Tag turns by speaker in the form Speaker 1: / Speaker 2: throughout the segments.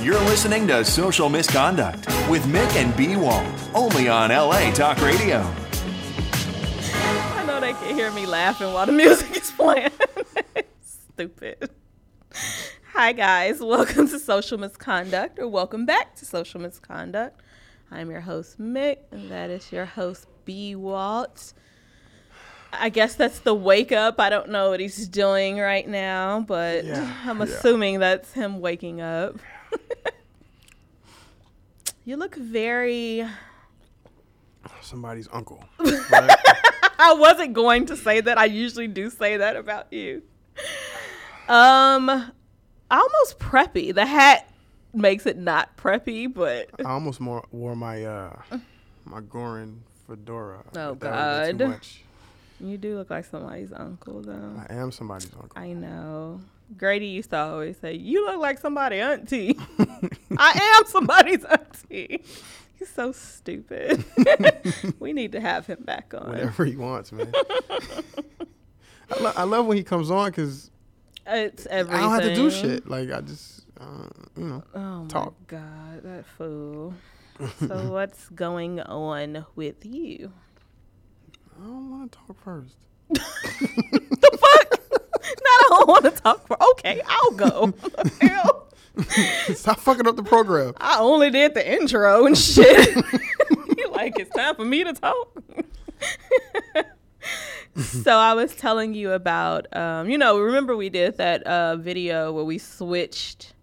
Speaker 1: You're listening to Social Misconduct with Mick and B Wall, only on LA Talk Radio.
Speaker 2: I know they can hear me laughing while the music is playing. Stupid. Hi, guys. Welcome to Social Misconduct, or welcome back to Social Misconduct. I'm your host, Mick, and that is your host, B. Walt. I guess that's the wake up. I don't know what he's doing right now, but
Speaker 3: Yeah,
Speaker 2: I'm
Speaker 3: yeah.
Speaker 2: assuming that's him waking up. you look very.
Speaker 3: Somebody's uncle. right?
Speaker 2: I wasn't going to say that. I usually do say that about you. Um, almost preppy. The hat makes it not preppy, but
Speaker 3: I almost more wore my uh my Gorin fedora.
Speaker 2: Oh,
Speaker 3: That would've been
Speaker 2: God.
Speaker 3: Too much.
Speaker 2: you do look like somebody's uncle, though.
Speaker 3: I am somebody's uncle.
Speaker 2: I know. Grady used to always say, "You look like somebody auntie." I am somebody's auntie. He's so stupid. we need to have him back on.
Speaker 3: Whatever he wants, man. I, lo- I love when he comes on because
Speaker 2: It's
Speaker 3: I
Speaker 2: everything.
Speaker 3: don't have to do shit. Like I just, uh, you know,
Speaker 2: Oh
Speaker 3: talk.
Speaker 2: my god, that fool. so what's going on with you?
Speaker 3: I don't want to talk first.
Speaker 2: The fuck? Not I don't want to talk for. Okay, I'll go. Hell,
Speaker 3: Stop fucking up the program.
Speaker 2: I only did the intro and shit. you like it's time for me to talk. so I was telling you about, um, you know, remember we did that uh, video where we switched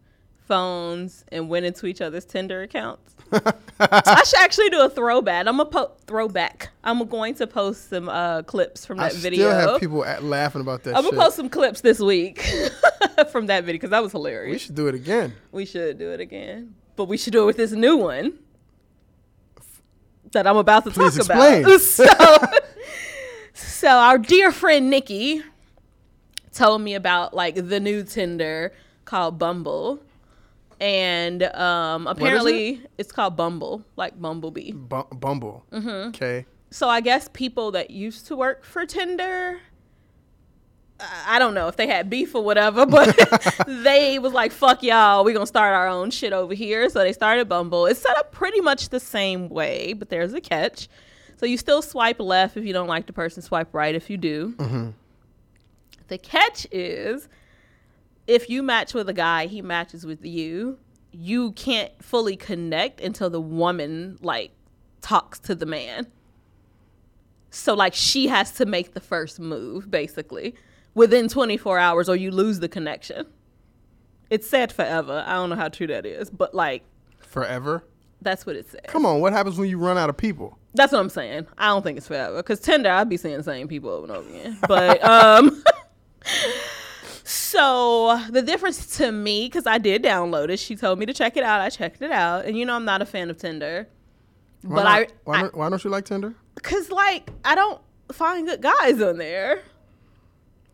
Speaker 2: phones and went into each other's Tinder accounts. I should actually do a throwback. I'm a po- throwback. I'm going to post some uh, clips from
Speaker 3: I
Speaker 2: that
Speaker 3: still
Speaker 2: video.
Speaker 3: have people at, laughing about that
Speaker 2: I'm
Speaker 3: shit.
Speaker 2: gonna post some clips this week from that video because that was hilarious.
Speaker 3: we should do it again.
Speaker 2: We should do it again, but we should do it with this new one that I'm about to
Speaker 3: Please
Speaker 2: talk about.
Speaker 3: explain.
Speaker 2: So, so our dear friend Nikki told me about like the new Tinder called Bumble, and um, apparently it's called Bumble, like Bumblebee.
Speaker 3: Bu- Bumble.
Speaker 2: Mm-hmm.
Speaker 3: Okay.
Speaker 2: So I guess people that used to work for Tinder, I I don't know if they had beef or whatever, but they was like, "Fuck y'all, we gonna start our own shit over here." So they started Bumble. It's set up pretty much the same way, but there's a catch. So you still swipe left if you don't like the person, swipe right if you do. The catch is if you match with a guy, he matches with you. You can't fully connect until the woman like talks to the man. So like she has to make the first move basically within 24 hours or you lose the connection. It's said forever. I don't know how true that is, but like
Speaker 3: Forever.
Speaker 2: that's what it said.
Speaker 3: Come on. What happens when you run out of people?
Speaker 2: That's what I'm saying. I don't think it's forever because Tinder, I'd be seeing the same people over and over again. But um, so the difference to me, because I did download it, she told me to check it out. I checked it out, and you know I'm not a fan of Tinder,
Speaker 3: Why
Speaker 2: but
Speaker 3: not-
Speaker 2: I,
Speaker 3: why, don't, why don't you like Tinder?
Speaker 2: because like I don't find good guys on there.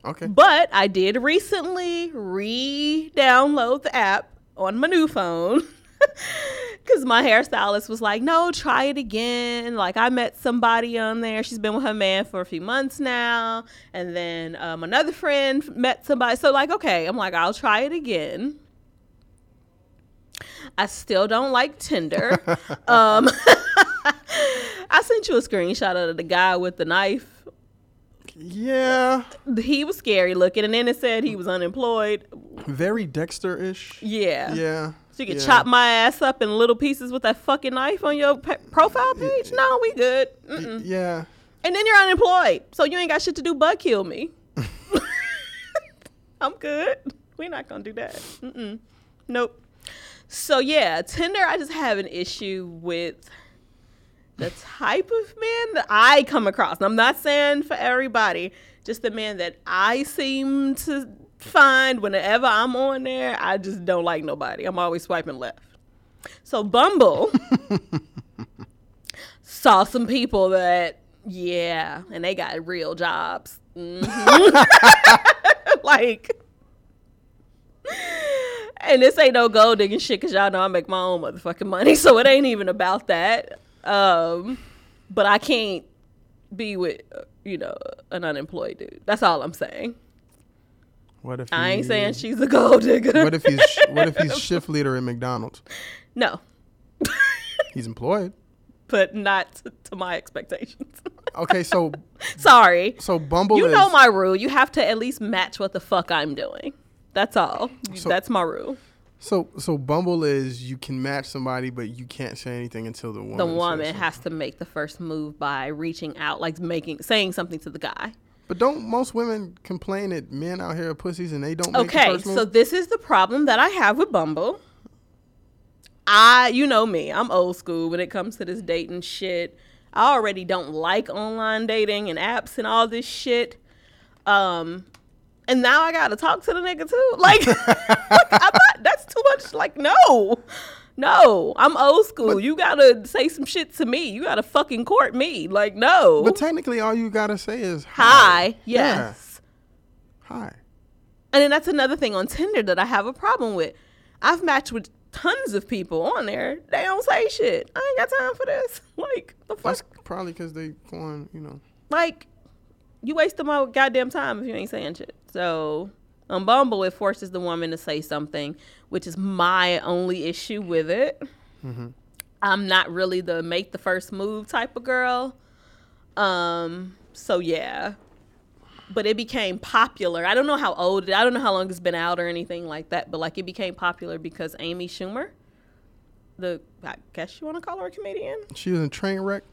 Speaker 3: Okay.
Speaker 2: But I did recently re-download the app on my new phone because my hairstylist was like, "No, try it again." Like I met somebody on there. She's been with her man for a few months now, and then um, another friend met somebody. So like, okay, I'm like, I'll try it again. I still don't like Tinder. um, I sent you a screenshot of the guy with the knife
Speaker 3: Yeah.
Speaker 2: he was scary looking, and then it said he was unemployed.
Speaker 3: Very Dexter ish.
Speaker 2: Yeah.
Speaker 3: Yeah.
Speaker 2: So you could
Speaker 3: yeah.
Speaker 2: chop my ass up in little pieces with that fucking knife on your pe- profile page? No, we good. Mm-mm.
Speaker 3: Yeah.
Speaker 2: And then you're unemployed, so you ain't got shit to do but kill me. I'm good. We're not gonna do that. Mm-mm. Nope. So yeah, Tinder, I just have an issue with the type of man that I come across. And I'm not saying for everybody, just the man that I seem to find whenever I'm on there. I just don't like nobody. I'm always swiping left. So Bumble saw some people that yeah, and they got real jobs. Mhm. like, and this ain't no gold digging shit because y'all know I make my own motherfucking money, so it ain't even about that. Um, but I can't be with uh, you know an unemployed dude. That's all I'm saying.
Speaker 3: What if
Speaker 2: I ain't
Speaker 3: he-
Speaker 2: saying she's a gold digger.
Speaker 3: Mm. What if he's what if he's shift leader at McDonald's?
Speaker 2: no,
Speaker 3: He's employed.
Speaker 2: but not t- to my expectations.
Speaker 3: Okay, so
Speaker 2: Sorry.
Speaker 3: so Bumble
Speaker 2: you
Speaker 3: is
Speaker 2: know my rule. You have to at least match what the fuck I'm doing. That's all.
Speaker 3: So-
Speaker 2: That's my rule.
Speaker 3: so so Bumble is you can match somebody but you can't say anything until the woman.
Speaker 2: The
Speaker 3: says
Speaker 2: woman
Speaker 3: something.
Speaker 2: has to make the first move by reaching out, like making saying something to the guy.
Speaker 3: But don't most women complain that men out here are pussies and they don't make the
Speaker 2: Okay,
Speaker 3: first move?
Speaker 2: so this is the problem that I have with Bumble. I, you know me, I'm old school when it comes to this dating shit. I already don't like online dating and apps and all this shit. Um, and now I gotta talk to the nigga too. Like, I'm not, that's too much. Like, no, no, I'm old school. you gotta say some shit to me. You gotta fucking court me. Like, no.
Speaker 3: But technically, all you gotta say is hi.
Speaker 2: Hi, yes.
Speaker 3: Hi.
Speaker 2: And then that's another thing on Tinder that I have a problem with. I've matched with tons of people on there. They don't say shit. I ain't got time for this. Like the fuck.
Speaker 3: That's probably because they going, you know.
Speaker 2: like you wasting my goddamn time if you ain't saying shit. So on Bumble, it forces the woman to say something, which is my only issue with it.
Speaker 3: Mm-hmm.
Speaker 2: I'm not really the make the first move type of girl. Um, so yeah. But it became popular. I don't know how old I don't know how long it's been out or anything like that, but like it became popular because Amy Schumer, the I guess you want to call her a comedian?
Speaker 3: She was in train wreck.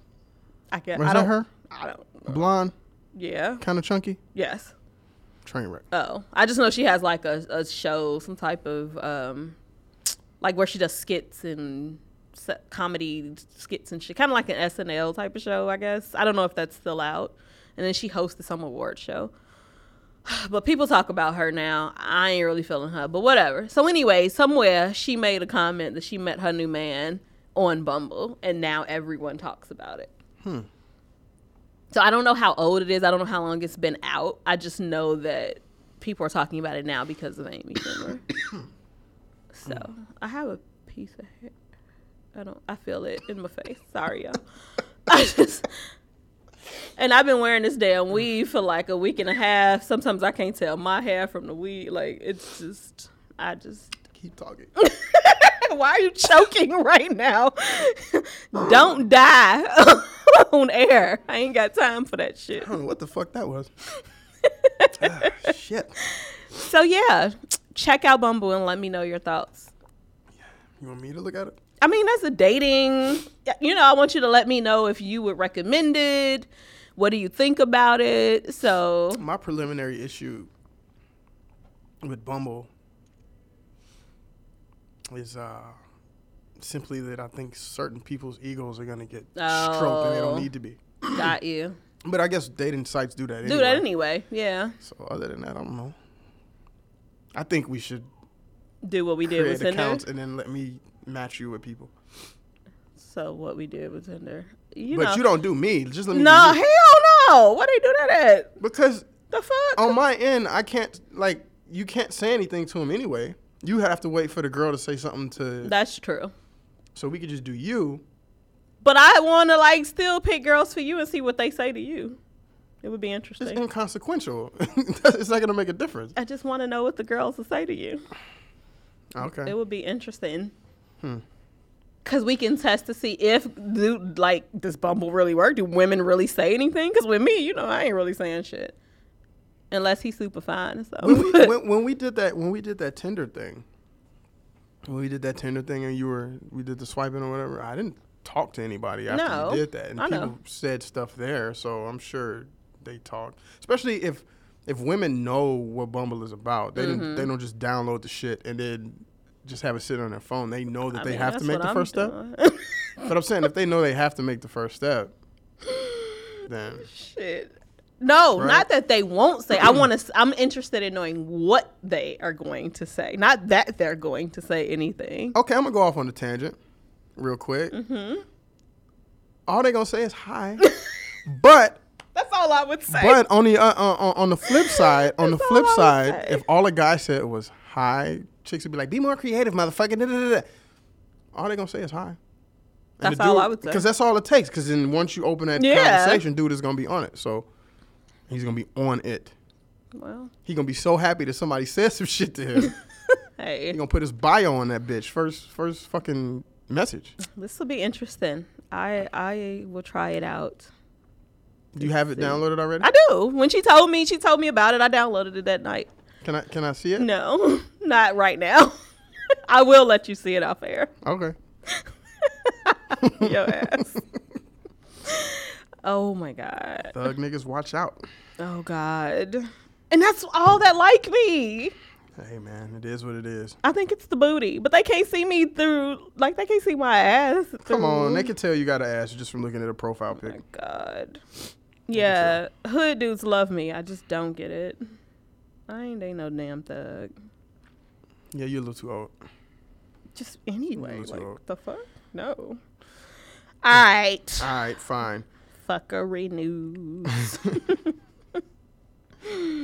Speaker 2: I guess
Speaker 3: Was
Speaker 2: I
Speaker 3: that
Speaker 2: don't,
Speaker 3: her?
Speaker 2: I don't
Speaker 3: Blonde,
Speaker 2: yeah.
Speaker 3: kind of chunky.
Speaker 2: Yes.
Speaker 3: Train wreck.
Speaker 2: Oh, I just know she has like a, a show, some type of um, like where she does skits and se- comedy skits and shit, kind of like an SNL type of show, I guess. I don't know if that's still out. And then she hosted some award show. But people talk about her now. I ain't really feeling her, but whatever. So anyway, somewhere she made a comment that she met her new man on Bumble, and now everyone talks about it. So I don't know how old it is. I don't know how long it's been out. I just know that people are talking about it now because of Amy Schumer. so I have a piece of hair. I don't. I feel it in my face. Sorry, y'all. I just. And I've been wearing this damn weave for like a week and a half. Sometimes I can't tell my hair from the weave. Like it's just, I just.
Speaker 3: Keep talking.
Speaker 2: Why are you choking right now? Don't die on air. I ain't got time for that shit.
Speaker 3: I don't know what the fuck that was. ah, shit.
Speaker 2: So yeah, check out Bumble and let me know your thoughts.
Speaker 3: You want me to look at it?
Speaker 2: I mean, that's a dating. You know, I want you to let me know if you would recommend it. What do you think about it? So
Speaker 3: My preliminary issue with Bumble is uh, simply that I think certain people's egos are gonna get stroked and they
Speaker 2: Oh.
Speaker 3: don't need to be.
Speaker 2: got you.
Speaker 3: But I guess dating sites do that.
Speaker 2: Do that anyway. Yeah.
Speaker 3: So other than that, I don't know. I think we should
Speaker 2: Do what we did with
Speaker 3: create
Speaker 2: Tinder.
Speaker 3: accounts and then let me match you with people.
Speaker 2: So what we did with Tinder. You
Speaker 3: but
Speaker 2: know.
Speaker 3: you don't do me. Just let me.
Speaker 2: No,
Speaker 3: do
Speaker 2: hell
Speaker 3: you.
Speaker 2: no. What they do that at?
Speaker 3: because
Speaker 2: The fuck?
Speaker 3: on my end, I can't like you can't say anything to him anyway. You have to wait for the girl to say something to.
Speaker 2: That's true.
Speaker 3: so we could just do you.
Speaker 2: But I want to like still pick girls for you and see what they say to you. It would be
Speaker 3: It's
Speaker 2: interesting.
Speaker 3: inconsequential. it's not gonna make a difference.
Speaker 2: I just want to know what the girls will say to you.
Speaker 3: Okay.
Speaker 2: It would be interesting.
Speaker 3: Hmm.
Speaker 2: Cause we can test to see if do, like does Bumble really work? Do women really say anything? Cause with me, you know, I ain't really saying shit unless he's super fine. So
Speaker 3: when, we, when, when we did that, when we did that Tinder thing, when we did that Tinder thing, and you were we did the swiping or whatever, I didn't talk to anybody after
Speaker 2: No,
Speaker 3: we did that, and
Speaker 2: I
Speaker 3: people
Speaker 2: know.
Speaker 3: said stuff there, so I'm sure they talked. Especially if if women know what Bumble is about, they didn't,
Speaker 2: Mm-hmm.
Speaker 3: they don't just download the shit and then just have it sit on their phone. They know that
Speaker 2: I
Speaker 3: they
Speaker 2: mean,
Speaker 3: have to
Speaker 2: that's
Speaker 3: make
Speaker 2: what
Speaker 3: the
Speaker 2: I'm
Speaker 3: first step.
Speaker 2: doing.
Speaker 3: But I'm saying if they know they have to make the first step, then
Speaker 2: shit. No,
Speaker 3: Right?
Speaker 2: not that they won't say. I want to. I'm interested in knowing what they are going to say, not that they're going to say anything.
Speaker 3: Okay, I'm gonna go off on a tangent, real quick. Mm-hmm. All they gonna say is hi, but
Speaker 2: That's all I would say.
Speaker 3: but on the uh, uh, on- on the flip side, on the
Speaker 2: That's
Speaker 3: flip
Speaker 2: all I would
Speaker 3: side,
Speaker 2: say.
Speaker 3: if all a guy said was hi, chicks would be like, "Be more creative, motherfucker." da, da, da, da." All they gonna say is hi.
Speaker 2: That's all I would say.
Speaker 3: Because that's all it takes. Because then once you open that
Speaker 2: Yeah.
Speaker 3: conversation, dude is gonna be on it. So he's gonna be on it.
Speaker 2: Well,
Speaker 3: He gonna be so happy that somebody said some shit to him.
Speaker 2: hey,
Speaker 3: he gonna put his bio on that bitch first first fucking message.
Speaker 2: this will be interesting. I I will try it out.
Speaker 3: Do you have it downloaded already?
Speaker 2: I do. When she told me, she told me about it. I downloaded it that night.
Speaker 3: Can I can I see it?
Speaker 2: No, not right now. I will let you see it off air.
Speaker 3: Okay.
Speaker 2: Your ass. oh my god.
Speaker 3: Thug niggas, watch out.
Speaker 2: Oh god. And that's all that like me.
Speaker 3: Hey man, it is what it is.
Speaker 2: I think it's the booty, but they can't see me through. Like they can't see my ass. Through. Oh
Speaker 3: Come on, they can tell you got an ass just from looking at a profile pic.
Speaker 2: God. Yeah, hood dudes love me. I just don't get it. I ain't ain't no damn thug.
Speaker 3: Yeah, you're a little too old.
Speaker 2: Just anyway,
Speaker 3: Lose
Speaker 2: like
Speaker 3: hope.
Speaker 2: the fuck? No. All right.
Speaker 3: All right, fine.
Speaker 2: Fuckery news.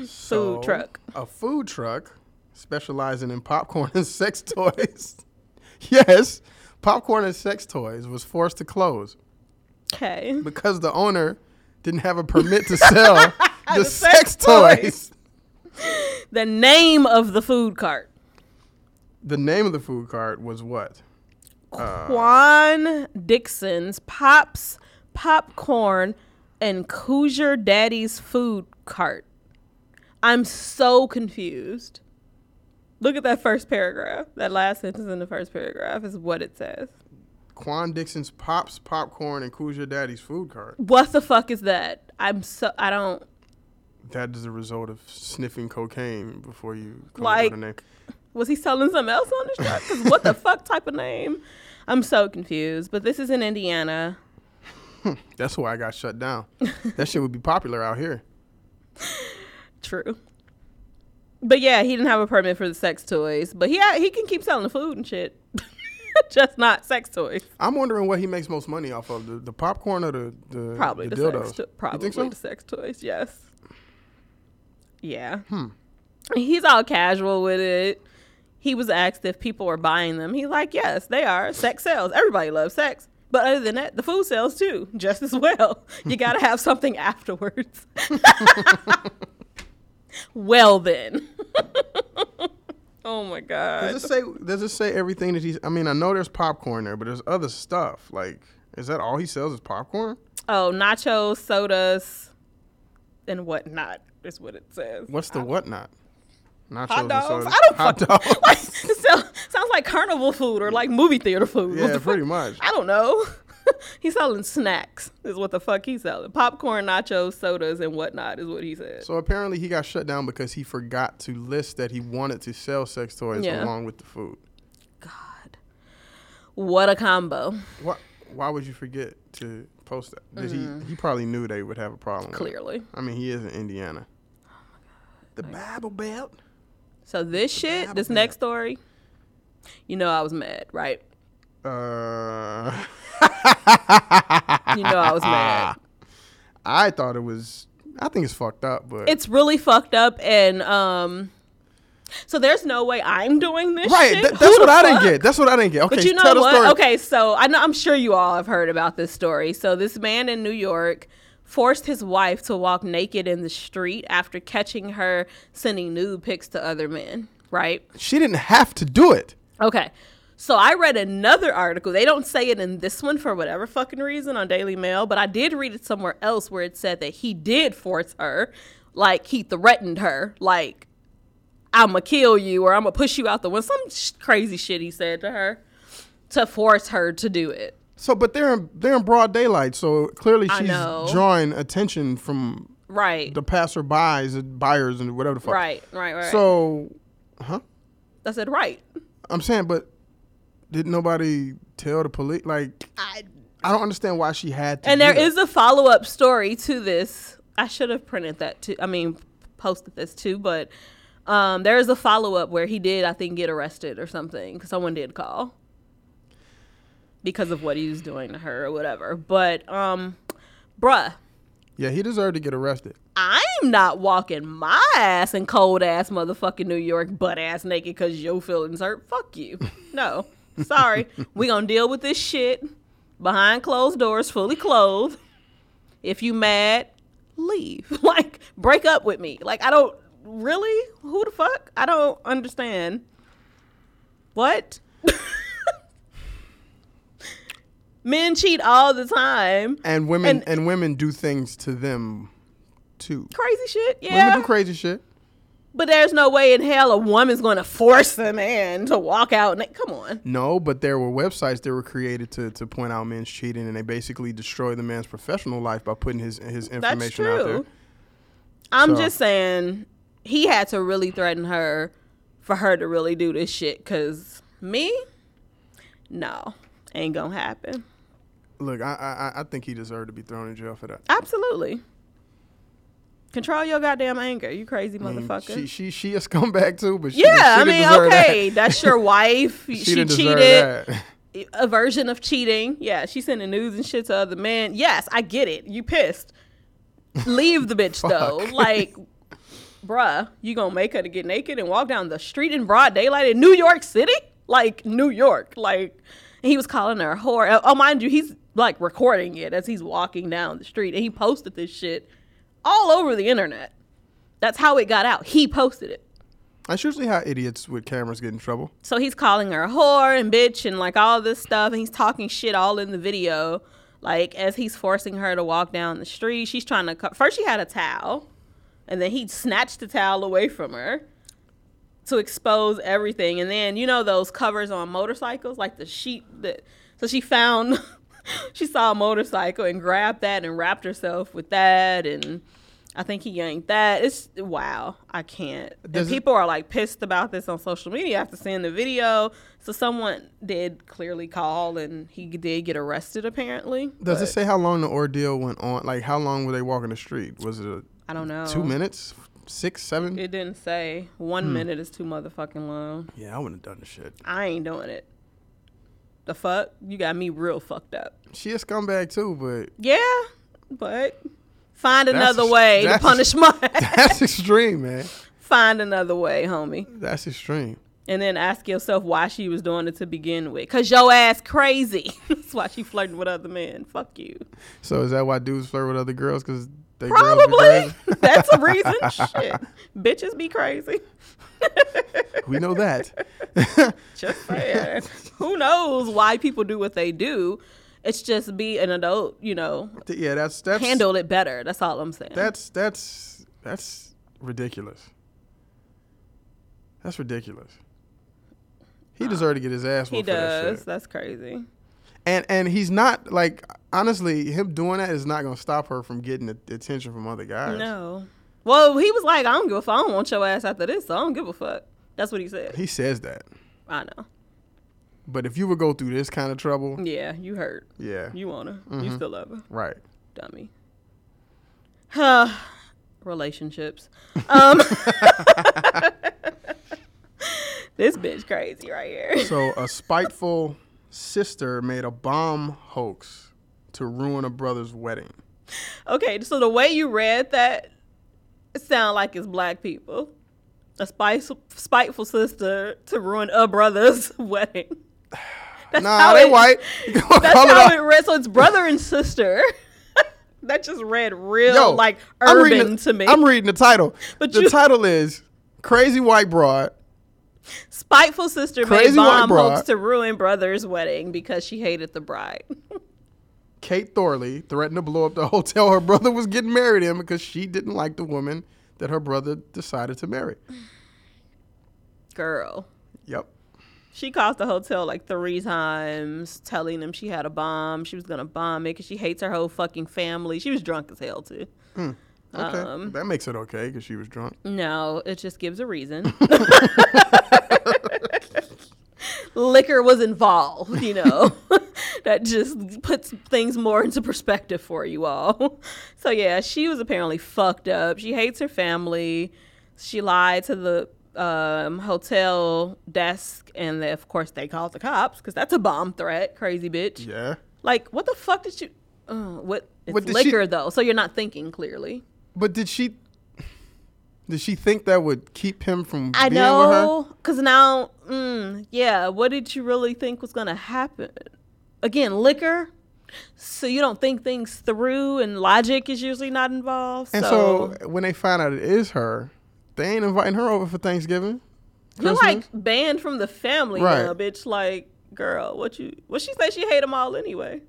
Speaker 3: So,
Speaker 2: truck.
Speaker 3: A food truck specializing in popcorn and sex toys. yes, popcorn and sex toys was forced to close
Speaker 2: Okay.
Speaker 3: because the owner didn't have a permit to sell the,
Speaker 2: sex
Speaker 3: sex, toys.
Speaker 2: The name of the food cart.
Speaker 3: The name of the food cart was what?
Speaker 2: Quan Dixon's Pops Popcorn and Coosier Daddy's Food Cart. I'm so confused. Look at that first paragraph. That last sentence in the first paragraph is what it says.
Speaker 3: Quan Dixon's Pops Popcorn and Cool's Your Daddy's food cart.
Speaker 2: What the fuck is that? I'm so I don't
Speaker 3: That is a result of sniffing cocaine before you come up
Speaker 2: Like-
Speaker 3: with a name.
Speaker 2: was he selling something else on the truck? 'Cause what the fuck type of name? I'm so confused. But this is in Indiana.
Speaker 3: That's why I got shut down. that shit would be popular out here.
Speaker 2: True. But yeah, he didn't have a permit for the sex toys, but he ha- he can keep selling the food and shit, just not sex toys.
Speaker 3: I'm wondering what he makes most money off of the, the popcorn or the the,
Speaker 2: Probably
Speaker 3: the
Speaker 2: the,
Speaker 3: dildos.
Speaker 2: sex. To-
Speaker 3: you
Speaker 2: probably
Speaker 3: think so?
Speaker 2: the sex toys. Yes. Yeah.
Speaker 3: Hmm.
Speaker 2: He's all casual with it. He was asked if people were buying them. He's like, yes, they are. Sex sells. Everybody loves sex. But other than that, the food sells too, just as well. You gotta have something afterwards. well then. oh my god.
Speaker 3: Does it say does it say everything that he's I mean, I know there's popcorn there, but there's other stuff. Like, is that all he sells is popcorn?
Speaker 2: Oh, nachos, sodas, and whatnot is what it says.
Speaker 3: What's the whatnot? Nachos
Speaker 2: Hot
Speaker 3: and
Speaker 2: dogs.
Speaker 3: sodas.
Speaker 2: I don't
Speaker 3: hot
Speaker 2: fucking.
Speaker 3: dogs.
Speaker 2: Like, it sound- sounds like carnival food or like movie theater food. What
Speaker 3: yeah,
Speaker 2: the
Speaker 3: pretty
Speaker 2: fuck?
Speaker 3: much.
Speaker 2: I don't know. he's selling snacks. Is what the fuck he's selling. Popcorn, nachos, sodas, and whatnot is what he said.
Speaker 3: So apparently he got shut down because he forgot to list that he wanted to sell sex toys
Speaker 2: Yeah.
Speaker 3: along with the food.
Speaker 2: God, what a combo!
Speaker 3: Why why would you forget to post that? Did
Speaker 2: Mm-hmm.
Speaker 3: he he probably knew they would have a problem with it.
Speaker 2: Clearly.
Speaker 3: I mean, he is in Indiana.
Speaker 2: Oh
Speaker 3: The Bible Belt.
Speaker 2: So this shit, this
Speaker 3: Babble
Speaker 2: next story. You know I was mad, right?
Speaker 3: Uh,
Speaker 2: You know I was mad.
Speaker 3: I thought it was. I think it's fucked up, but
Speaker 2: It's really fucked up, and um, so there's no way I'm doing this.
Speaker 3: right.
Speaker 2: shit.
Speaker 3: tha-
Speaker 2: Who
Speaker 3: that's what
Speaker 2: the
Speaker 3: I didn't
Speaker 2: fuck?
Speaker 3: get. That's what I didn't get. Okay,
Speaker 2: But you know
Speaker 3: tell the story.
Speaker 2: what? Okay, so I know I'm sure you all have heard about this story. So this man in New York forced his wife to walk naked in the street after catching her sending nude pics to other men, right?
Speaker 3: She didn't have to do it.
Speaker 2: Okay. So I read another article. They don't say it in this one for whatever fucking reason on Daily Mail, but I did read it somewhere else where it said that he did force her, like he threatened her, like I'm gonna kill you or I'm gonna push you out the window. Some sh- crazy shit he said to her to force her to do it.
Speaker 3: So, but they're in, they're in broad daylight, so clearly she's
Speaker 2: know.
Speaker 3: drawing attention from
Speaker 2: Right.
Speaker 3: the passerbys and buyers and whatever the fuck.
Speaker 2: right. Right. Right.
Speaker 3: So,
Speaker 2: I said right.
Speaker 3: I'm saying, but did nobody tell the police? Like,
Speaker 2: I
Speaker 3: I don't understand why she had to.
Speaker 2: And
Speaker 3: do
Speaker 2: there
Speaker 3: that.
Speaker 2: is a follow up story to this. I should have printed that too. I mean, posted this too, but um, there is a follow up where he did, I think, get arrested or something. 'cause Someone did call because of what he was doing to her or whatever. But, um, bruh,
Speaker 3: Yeah, he deserved to get arrested.
Speaker 2: I'm not walking my ass in cold ass motherfucking New York butt ass naked because your feelings hurt. Fuck you. No. Sorry. we gonna deal with this shit behind closed doors, fully clothed. If you mad, leave. Like, break up with me. Like I don't really? Who the fuck? I don't understand. What? Men cheat all the time.
Speaker 3: And women
Speaker 2: And-
Speaker 3: and, women do things to them too.
Speaker 2: Crazy shit. Yeah.
Speaker 3: Women do crazy shit.
Speaker 2: But there's no way in hell a woman's going to force a man to walk out. And, come on.
Speaker 3: No, but there were websites that were created to, to point out men's cheating, and they basically destroy the man's professional life by putting his his information
Speaker 2: That's
Speaker 3: out there.
Speaker 2: true. I'm
Speaker 3: So-
Speaker 2: just saying he had to really threaten her for her to really do this shit. Cause me, no, ain't gonna happen.
Speaker 3: Look, I, I I think he deserved to be thrown in jail for that.
Speaker 2: Absolutely. Control your goddamn anger, you crazy
Speaker 3: I mean,
Speaker 2: motherfucker.
Speaker 3: Mm-hmm. Mm, she she she a scumbag too, but she,
Speaker 2: yeah,
Speaker 3: she
Speaker 2: I
Speaker 3: didn't
Speaker 2: mean,
Speaker 3: deserve that.
Speaker 2: okay, that's your wife. she
Speaker 3: didn't deserve
Speaker 2: cheated.
Speaker 3: that.
Speaker 2: A version of cheating. Yeah, she's sending news and shit to other men. Yes, I get it. You pissed. Leave the bitch though.
Speaker 3: Fuck.
Speaker 2: Like, bruh, you gonna make her to get naked and walk down the street in broad daylight in New York City? Like New York. Like and he was calling her a whore. Oh, mind you, he's like recording it as he's walking down the street and he posted this shit all over the internet. That's how it got out. He posted it.
Speaker 3: That's usually how idiots with cameras get in trouble.
Speaker 2: So he's calling her a whore and bitch and like all this stuff, and he's talking shit all in the video. Like as he's forcing her to walk down the street, she's trying to. Co- First, she had a towel, and then he snatched the towel away from her to expose everything. And then you know those covers on motorcycles, like the sheet that. So she found, she saw a motorcycle and grabbed that and wrapped herself with that, and I think he yanked that. It's wow, I can't.
Speaker 3: Does
Speaker 2: and
Speaker 3: it-
Speaker 2: people are like pissed about this on social media after seeing the video. So someone did clearly call, and he did get arrested apparently.
Speaker 3: Does it
Speaker 2: but
Speaker 3: say how long the ordeal went on? Like how long were they walking the street? Was it a,
Speaker 2: I don't know.
Speaker 3: two minutes, Hmm. six, seven?
Speaker 2: Oh. It didn't say. One minute is too motherfucking long.
Speaker 3: yeah, I wouldn't have done the shit.
Speaker 2: I ain't doing it. The fuck? You got me real fucked up.
Speaker 3: She a scumbag too, but
Speaker 2: Yeah, but find another
Speaker 3: ex-
Speaker 2: way to
Speaker 3: that's-
Speaker 2: punish my.
Speaker 3: that's extreme, man.
Speaker 2: find another way, homie.
Speaker 3: That's extreme.
Speaker 2: And then ask yourself why she was doing it to begin with. Cause your ass crazy. That's why she flirting with other men. Fuck you.
Speaker 3: So is that why dudes flirt with other girls? Because they girls be
Speaker 2: Probably.
Speaker 3: crazy?
Speaker 2: That's a reason. Shit. Bitches be crazy.
Speaker 3: we know that.
Speaker 2: Just saying. Who knows why people do what they do? It's just be an adult, you know,
Speaker 3: Th- Yeah, that's that's
Speaker 2: handle it better. That's all I'm saying.
Speaker 3: That's that's that's ridiculous. That's ridiculous. He deserved to get his ass
Speaker 2: he
Speaker 3: whooped for that
Speaker 2: does.
Speaker 3: shit.
Speaker 2: That's crazy.
Speaker 3: And and he's not like honestly, him doing that is not gonna stop her from getting the the attention from other guys.
Speaker 2: No. Well, he was like, I don't give a fuck. I don't want your ass after this, so I don't give a fuck. That's what he said.
Speaker 3: He says that.
Speaker 2: I know.
Speaker 3: But if you would go through this kind of trouble,
Speaker 2: Yeah, you hurt.
Speaker 3: yeah.
Speaker 2: Mm. You want her. You
Speaker 3: Mm-hmm.
Speaker 2: still love her.
Speaker 3: right.
Speaker 2: Dummy. Huh. Relationships. Um. this bitch crazy right here.
Speaker 3: So a spiteful sister made a bomb hoax to ruin a brother's wedding.
Speaker 2: Okay, so the way you read that, it sound like it's black people. A spiteful, spiteful sister to ruin a brother's wedding.
Speaker 3: nah,
Speaker 2: how
Speaker 3: they
Speaker 2: it-
Speaker 3: white. You gonna
Speaker 2: That's
Speaker 3: call it
Speaker 2: how
Speaker 3: out.
Speaker 2: it read. So it's brother and sister. that just read real
Speaker 3: Yo,
Speaker 2: like
Speaker 3: I'm reading
Speaker 2: urban
Speaker 3: the-
Speaker 2: to me.
Speaker 3: I'm reading the title.
Speaker 2: But
Speaker 3: the
Speaker 2: you-
Speaker 3: title is Crazy White Broad.
Speaker 2: Spiteful sister made
Speaker 3: Crazy white
Speaker 2: bomb
Speaker 3: broad.
Speaker 2: hopes to ruin brother's wedding because she hated the bride.
Speaker 3: Kate Thorley threatened to blow up the hotel her brother was getting married in because she didn't like the woman that her brother decided to marry.
Speaker 2: Girl.
Speaker 3: Yep.
Speaker 2: She calls the hotel like three times, telling them she had a bomb. She was gonna bomb it because she hates her whole fucking family. She was drunk as hell too.
Speaker 3: Okay.
Speaker 2: Um,
Speaker 3: that makes it okay because she was drunk.
Speaker 2: No, it just gives a reason. Liquor was involved, you know. that just puts things more into perspective for you all. So, yeah, she was apparently fucked up. She hates her family. She lied to the um, hotel desk, and they, of course, they called the cops because that's a bomb threat. Crazy bitch.
Speaker 3: Yeah.
Speaker 2: Like, what the fuck did you. Uh, what? It's
Speaker 3: What did she-
Speaker 2: liquor, though, so you're not thinking clearly.
Speaker 3: But did she did she think that would keep him from
Speaker 2: I
Speaker 3: being with her?
Speaker 2: know, cause now, mm, yeah. What did you really think was gonna happen? Again, liquor. So you don't think things through, and logic is usually not involved.
Speaker 3: And
Speaker 2: so,
Speaker 3: so when they find out it is her, They ain't inviting her over for Thanksgiving.
Speaker 2: You're like
Speaker 3: Christmas.
Speaker 2: banned from the family
Speaker 3: Right.
Speaker 2: now, bitch. Like, girl, what you? What she say? She hate them all anyway.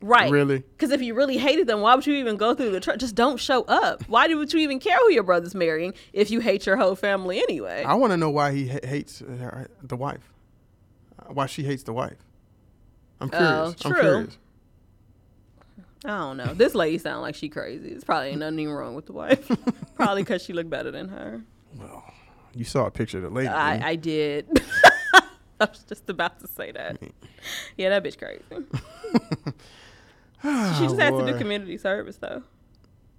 Speaker 2: Right.
Speaker 3: Really?
Speaker 2: Because if you really hated them, why would you even go through the trouble? Just don't show up. Why do- would you even care who your brother's marrying if you hate your whole family anyway?
Speaker 3: I want to know why he ha- hates her, the wife. Uh, Why she hates the wife. I'm curious. I'm
Speaker 2: Oh, true.
Speaker 3: curious.
Speaker 2: I don't know. This lady sound like she crazy. It's probably ain't nothing even wrong with the wife. probably because she looked better than her.
Speaker 3: You saw a picture of the lady. didn't
Speaker 2: I, I did. I was just about to say that.
Speaker 3: Mm.
Speaker 2: Yeah, that bitch crazy. she just has to do
Speaker 3: boy.
Speaker 2: community service though.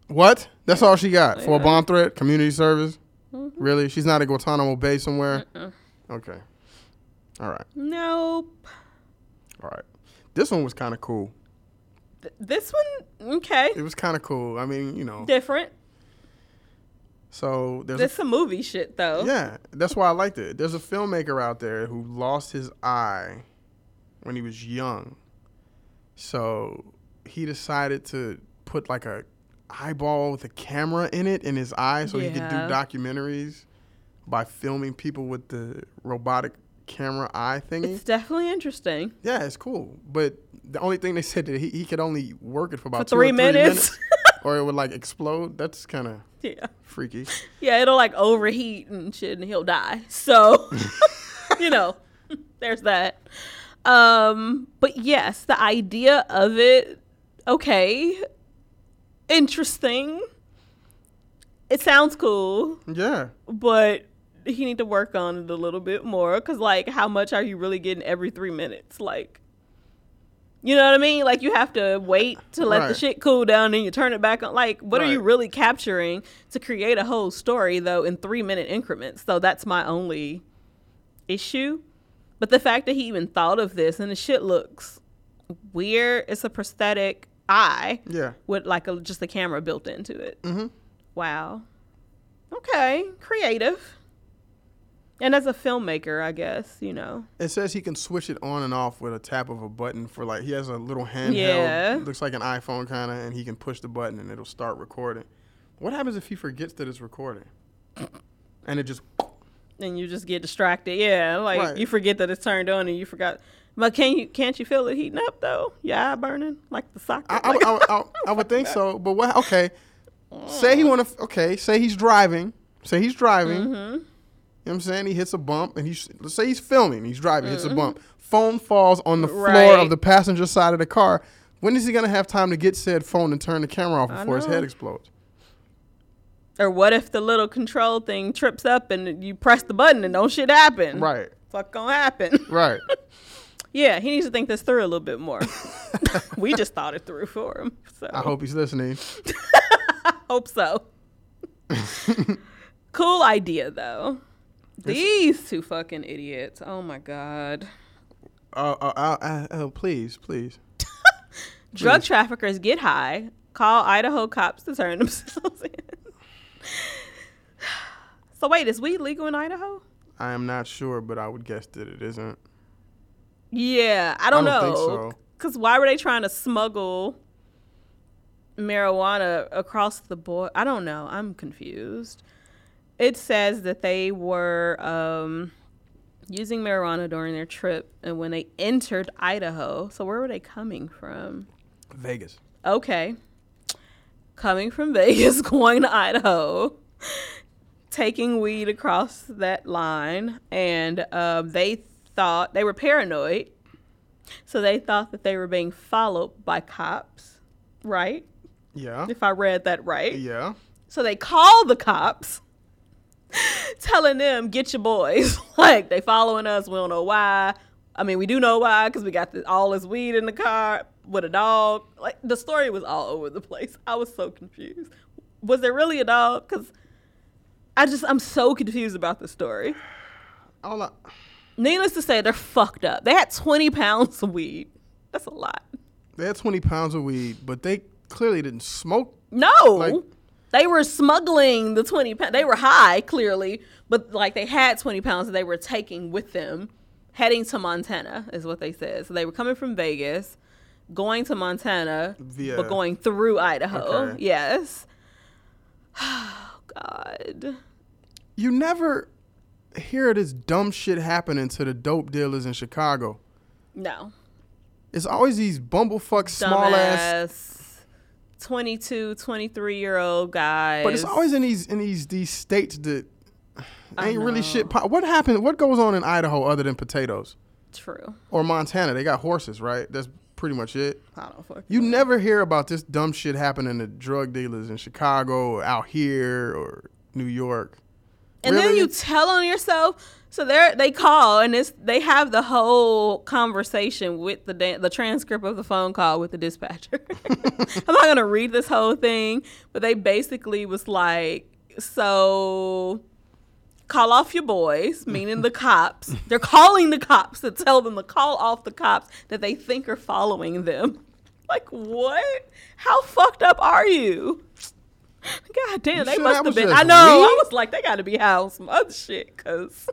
Speaker 3: you? what? That's all she got for a
Speaker 2: Yeah. Mm-hmm.
Speaker 3: bomb threat, community service. Really? She's not at Guantanamo Bay somewhere. Okay. All right.
Speaker 2: Nope.
Speaker 3: All right. This one was kind of cool.
Speaker 2: Th- this one, okay,
Speaker 3: It was kind of cool. I mean, you know.
Speaker 2: different.
Speaker 3: So there's a
Speaker 2: This some movie shit though.
Speaker 3: Yeah, that's why I liked it. There's a filmmaker out there who lost his eye when he was young. So he decided to put like a eyeball with a camera in it in his eye so he could do
Speaker 2: Yeah.
Speaker 3: documentaries by filming people with the robotic camera eye thingy.
Speaker 2: It's definitely interesting.
Speaker 3: yeah, it's cool. But the only thing they said that he, he could only work it for about
Speaker 2: For
Speaker 3: two or
Speaker 2: three minutes.
Speaker 3: minutes or it would like explode. That's kind of
Speaker 2: yeah.
Speaker 3: freaky.
Speaker 2: Yeah, it'll like overheat and shit and he'll die. So, you know, there's that. Um, but yes, the idea of it, okay. Interesting. It sounds cool,
Speaker 3: Yeah.
Speaker 2: but he need to work on it a little bit more cuz like how much are you really getting every 3 minutes? Like you know what I mean? Like you have to wait to let the
Speaker 3: Right.
Speaker 2: shit cool down and you turn it back on. Like what are you
Speaker 3: Right.
Speaker 2: really capturing to create a whole story though in 3 minute increments? So that's my only issue. But the fact that he even thought of this and the shit looks weird, it's a prosthetic eye
Speaker 3: Yeah.
Speaker 2: with like a, just a camera built into it. Mm-hmm. Wow. Okay, creative. And as a filmmaker, I guess you know.
Speaker 3: It says he can switch it on and off with a tap of a button for like he has a little handheld,
Speaker 2: Yeah.
Speaker 3: looks like an iPhone kind of, and he can push the button and it'll start recording. What happens if he forgets that it's recording? And it just
Speaker 2: And you just get distracted. Yeah, like
Speaker 3: Right.
Speaker 2: you forget that it's turned on and you forgot. But can you can't you feel it heating up though? Yeah, burning like the socket.
Speaker 3: I, I,
Speaker 2: like-
Speaker 3: I, I, I would think so, but what? Okay, say he want to. Okay, say he's driving. Say he's driving.
Speaker 2: Mm-hmm.
Speaker 3: You know what I'm saying he hits a bump, and he's let's say he's filming. He's driving, hits a bump. Phone falls on the floor
Speaker 2: Mm-hmm. Right.
Speaker 3: of the passenger side of the car. When is he gonna have time to get said phone and turn the camera off before his
Speaker 2: know.
Speaker 3: head explodes?
Speaker 2: or what if the little control thing trips up and you press the button and no shit happen?
Speaker 3: Right,
Speaker 2: Fuck gonna happen.
Speaker 3: right.
Speaker 2: Yeah, he needs to think this through a little bit more. we just thought it through for him. So
Speaker 3: I hope he's listening.
Speaker 2: Hope so. cool idea though. These two fucking idiots. Oh my god.
Speaker 3: Uh, uh, uh, uh, uh, please, please.
Speaker 2: Drug traffickers get high, call Idaho cops to turn themselves in. so wait, is weed legal in Idaho?
Speaker 3: I am not sure, but I would guess that it isn't.
Speaker 2: Yeah, I don't,
Speaker 3: I
Speaker 2: know.
Speaker 3: don't think so.
Speaker 2: Cause why were they trying to smuggle marijuana across the board? I don't know. I'm confused. It says that they were um, using marijuana during their trip, and when they entered Idaho, so where were they coming from?
Speaker 3: Vegas.
Speaker 2: Okay, coming from Vegas, going to Idaho, taking weed across that line, and um, they thought they were paranoid so they thought that they were being followed by cops, right?
Speaker 3: Yeah.
Speaker 2: If I read that right.
Speaker 3: Yeah.
Speaker 2: So they call the cops, telling them, "Get your boys!" like they following us. We don't know why. I mean, we do know why because we got this, all this weed in the car with a dog. Like the story was all over the place. I was so confused. Was there really a dog? Because I just I'm so confused about the story.
Speaker 3: All I,
Speaker 2: Needless to say, they're fucked up. They had 20 pounds of weed. That's a lot.
Speaker 3: they had 20 pounds of weed, but they clearly didn't smoke.
Speaker 2: No.
Speaker 3: Like-
Speaker 2: they were smuggling the 20 pounds. They were high, clearly, but like they had 20 pounds that they were taking with them, heading to Montana, is what they said. So they were coming from Vegas, going to Montana,
Speaker 3: Via-
Speaker 2: but going through Idaho.
Speaker 3: Okay.
Speaker 2: Yes. Oh, God.
Speaker 3: You never hear this dumb shit happening to the dope dealers in Chicago.
Speaker 2: No.
Speaker 3: It's always these bumblefuck small ass.
Speaker 2: 22, 23 year old guys.
Speaker 3: But it's always in these in these these states that
Speaker 2: I
Speaker 3: ain't really shit.
Speaker 2: know.
Speaker 3: Po- what happened? What goes on in Idaho other than potatoes
Speaker 2: true.
Speaker 3: or Montana? They got horses, right? That's pretty much it.
Speaker 2: I don't fucking
Speaker 3: You never hear about this dumb shit happening to drug dealers in Chicago or out here or New York.
Speaker 2: and then
Speaker 3: Really?
Speaker 2: you tell on yourself. So they they call and it's they have the whole conversation with the dan- the transcript of the phone call with the dispatcher. I'm not gonna read this whole thing, but they basically was like, so call off your boys, meaning the cops. They're calling the cops to tell them to call off the cops that they think are following them. Like what? How fucked up are you? God damn,
Speaker 3: You
Speaker 2: they
Speaker 3: sure
Speaker 2: must
Speaker 3: that
Speaker 2: have
Speaker 3: was
Speaker 2: been.
Speaker 3: just
Speaker 2: I know. I
Speaker 3: weed?
Speaker 2: was like, they got to be high some other shit, cause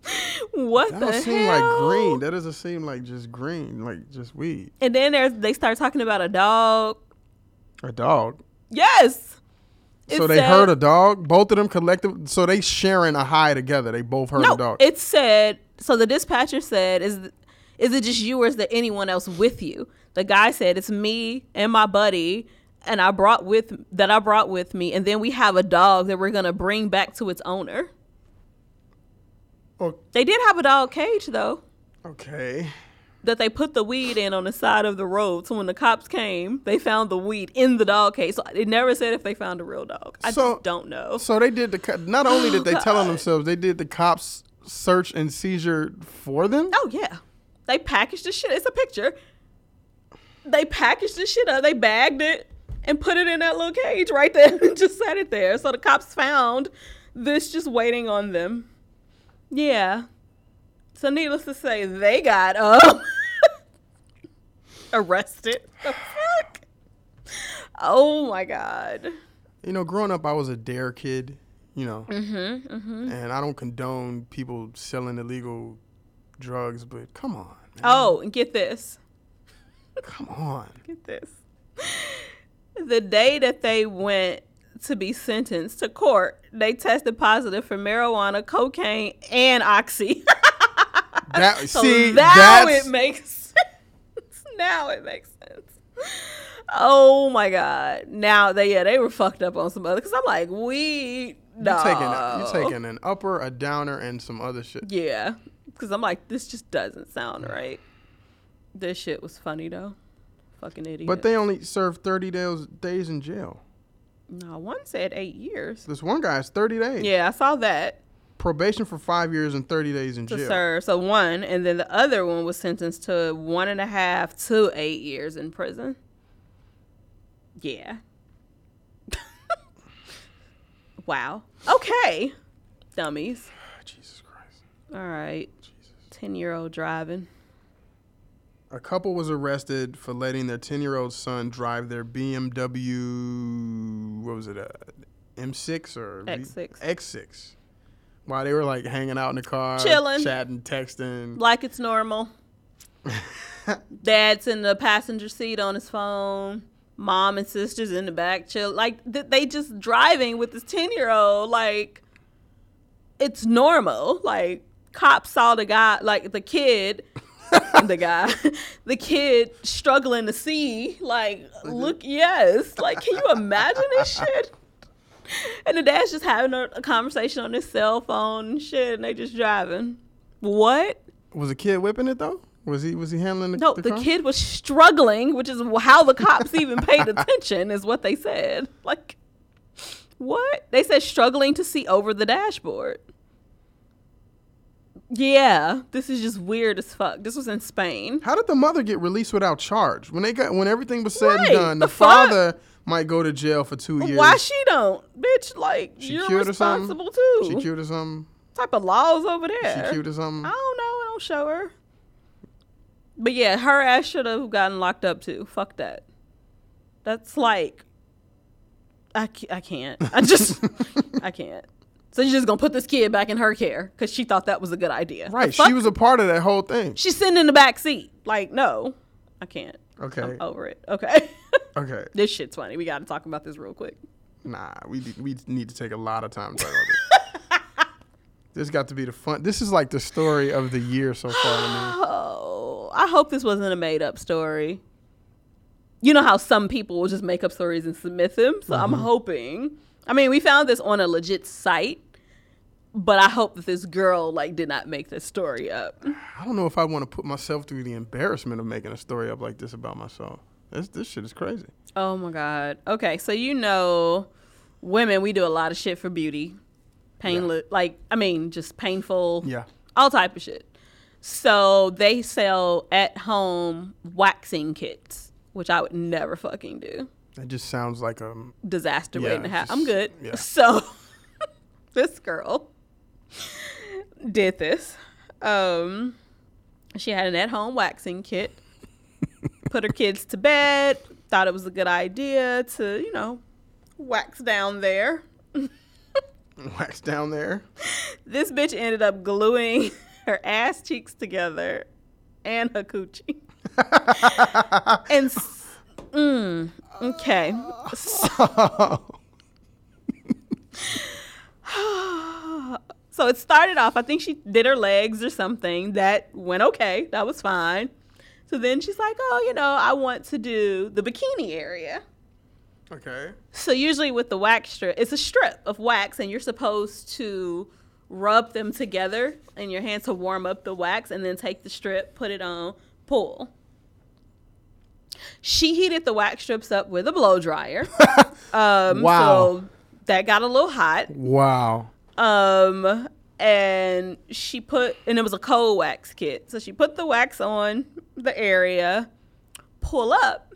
Speaker 2: what
Speaker 3: That
Speaker 2: the
Speaker 3: don't
Speaker 2: hell?
Speaker 3: seem like green. That doesn't seem like just green, like just weed.
Speaker 2: and then there's they start talking about a dog.
Speaker 3: A dog.
Speaker 2: Yes.
Speaker 3: so
Speaker 2: It
Speaker 3: they
Speaker 2: said-
Speaker 3: heard a dog. Both of them collective. So they sharing a high together. They both heard
Speaker 2: No,
Speaker 3: a dog.
Speaker 2: it said. So the dispatcher said, "Is is it just you, or is there anyone else with you?" The guy said, "It's me and my buddy." And I brought with that I brought with me, and then we have a dog that we're gonna bring back to its owner.
Speaker 3: O-
Speaker 2: They did have a dog cage though.
Speaker 3: okay.
Speaker 2: that they put the weed in on the side of the road. So when the cops came, they found the weed in the dog cage. So it never said if they found a real dog. I
Speaker 3: So-
Speaker 2: just don't know.
Speaker 3: So they did the. co- Not only did they tell on themselves, they did the cops search and seizure for them.
Speaker 2: oh yeah, they packaged the shit. It's a picture. They packaged the shit up. They bagged it and put it in that little cage right there and just sat it there. So the cops found this just waiting on them. Yeah. So needless to say, they got um arrested. The fuck? Oh my god.
Speaker 3: You know, growing up, I was a dare kid. You know. Mm-hmm, mm-hmm. And I don't condone people selling illegal drugs, but come on, man,
Speaker 2: Oh, and get this.
Speaker 3: come on.
Speaker 2: Get this. The day that they went to be sentenced to court, they tested positive for marijuana, cocaine, and oxy.
Speaker 3: That
Speaker 2: so
Speaker 3: see
Speaker 2: now
Speaker 3: that's
Speaker 2: it makes sense. Now it makes sense. Oh my god. Now they yeah, they were fucked up on some other cuz I'm like, we no.
Speaker 3: you're taking you're taking an upper, a downer, and some other shit.
Speaker 2: Yeah. Cuz I'm like this just doesn't sound right. This shit was funny though. Fucking idiot.
Speaker 3: But they only serve 30 days, days in jail.
Speaker 2: No, one said eight years.
Speaker 3: This one guy is 30 days.
Speaker 2: Yeah, I saw that
Speaker 3: Probation for five years and 30 days in
Speaker 2: to
Speaker 3: jail.
Speaker 2: serve. So one, and then the other one was sentenced to one and a half to eight years in prison. Yeah. wow. Okay. Dummies.
Speaker 3: Jesus Christ.
Speaker 2: All right. Ten year old driving.
Speaker 3: A couple was arrested for letting their 10 year old son drive their BMW, what was it, uh, M6 or V-
Speaker 2: X6.
Speaker 3: X6. While they were like hanging out in the car,
Speaker 2: Chilling.
Speaker 3: chatting, texting.
Speaker 2: Like it's normal. Dad's in the passenger seat on his phone. Mom and sisters in the back chill. Like th- they just driving with this 10 year old. Like it's normal. Like cops saw the guy, like the kid, the guy, the kid struggling to see. Like, look, yes. Like, can you imagine this shit? And the dad's just having a, a conversation on his cell phone and shit, and they just driving. What?
Speaker 3: Was the kid whipping it though? Was he was he handling the
Speaker 2: No, the
Speaker 3: car?
Speaker 2: kid was struggling, which is how the cops even paid attention, is what they said. Like, what? They said struggling to see over the dashboard. Yeah, this is just weird as fuck. This was in Spain.
Speaker 3: How did the mother get released without charge? When they got when everything was said
Speaker 2: Right,
Speaker 3: and done,
Speaker 2: the
Speaker 3: the,
Speaker 2: fuck?
Speaker 3: father might go to jail for two years.
Speaker 2: Why she don't? Bitch, like,
Speaker 3: She
Speaker 2: you're
Speaker 3: cute or something?
Speaker 2: responsible
Speaker 3: She
Speaker 2: too.
Speaker 3: cute or something?
Speaker 2: type of laws over
Speaker 3: She
Speaker 2: there.
Speaker 3: cute or something?
Speaker 2: I don't know. I don't show her. But yeah, her ass should have gotten locked up too. Fuck that. That's like, I, ca- I can't. I just, I can't. So you're just gonna put this kid back in her care because she thought that was a good idea.
Speaker 3: Right.
Speaker 2: The fuck?
Speaker 3: She was a part of that whole thing.
Speaker 2: She's sitting in the back seat. Like, no, I can't.
Speaker 3: Okay.
Speaker 2: I'm over it. Okay.
Speaker 3: Okay.
Speaker 2: this shit's funny. We gotta talk about this real quick.
Speaker 3: Nah, we d- we need to take a lot of time to talk about this. This got to be the fun. This is like the story of the year so far to me.
Speaker 2: Oh, I hope this wasn't a made up story. You know how some people will just make up stories and submit them. So I'm hoping. I mean, we found this on a legit site, but I hope that this girl like did not make this story up.
Speaker 3: I don't know if I want to put myself through the embarrassment of making a story up like this about myself. This this shit is crazy.
Speaker 2: Oh my god. Okay, so you know, women we do a lot of shit for beauty, painless. Like I mean, just painful.
Speaker 3: Yeah.
Speaker 2: all type of shit. So they sell at home waxing kits, which I would never fucking do.
Speaker 3: That just sounds like um, a
Speaker 2: Disaster
Speaker 3: Yeah,
Speaker 2: waiting to happen. I'm
Speaker 3: just-
Speaker 2: good.
Speaker 3: yeah.
Speaker 2: So this girl did this. Um, she had an at home waxing kit. Put her kids to bed. Thought it was a good idea to, you know, wax down there.
Speaker 3: wax down there.
Speaker 2: This bitch ended up gluing her ass cheeks together and her coochie. and s- mm, okay. So it started off, I think she did her legs or something. That went okay. That was fine. So then she's like, oh, you know, I want to do the bikini area.
Speaker 3: okay.
Speaker 2: So usually with the wax strip, it's a strip of wax, and you're supposed to rub them together in your hand to warm up the wax, and then take the strip, put it on, pull. She heated the wax strips up with a blow dryer. Um,
Speaker 3: Wow.
Speaker 2: So that got a little hot.
Speaker 3: Wow.
Speaker 2: Um, and she put, and it was a cold wax kit. So she put the wax on the area, pull up,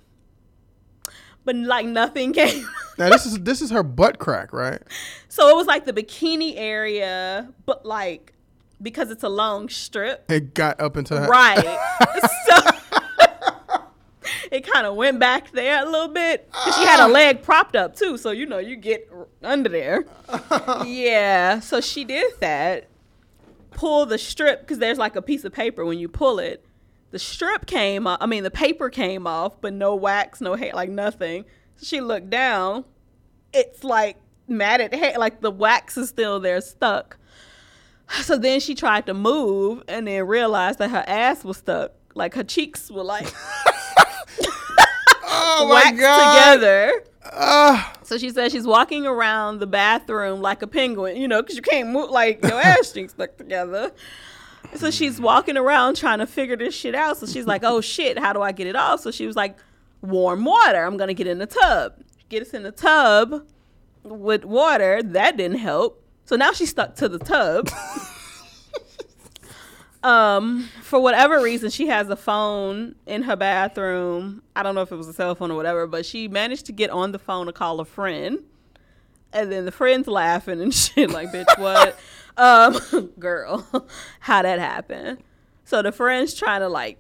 Speaker 2: but like nothing came.
Speaker 3: Now this is this is her butt crack, right?
Speaker 2: So it was like the bikini area, but like because it's a long strip,
Speaker 3: It got up into her.
Speaker 2: right? so it kind of went back there a little bit. 'Cause she had a leg propped up too, so you know you get r- under there. yeah. So she did that. Pull the strip because there's like a piece of paper when you pull it. The strip came off. I mean, the paper came off, but no wax, no hair, like nothing. So she looked down. It's like matted hair, like the wax is still there, stuck. So then she tried to move and then realized that her ass was stuck. Like her cheeks were like
Speaker 3: Oh
Speaker 2: waxed together.
Speaker 3: Ah.
Speaker 2: So she says she's walking around the bathroom like a penguin, you know, because you can't move like your ass cheeks stuck together. So she's walking around trying to figure this shit out. So she's like, "Oh shit, how do I get it off?" So she was like, "Warm water. I'm gonna get in the tub." Gets in the tub with water. That didn't help. So now she's stuck to the tub. um, for whatever reason, she has a phone in her bathroom. I don't know if it was a cell phone or whatever, but she managed to get on the phone to call a friend. And then the friend's laughing and shit, like, bitch, what? um, girl, how that happened. So the friend's trying to like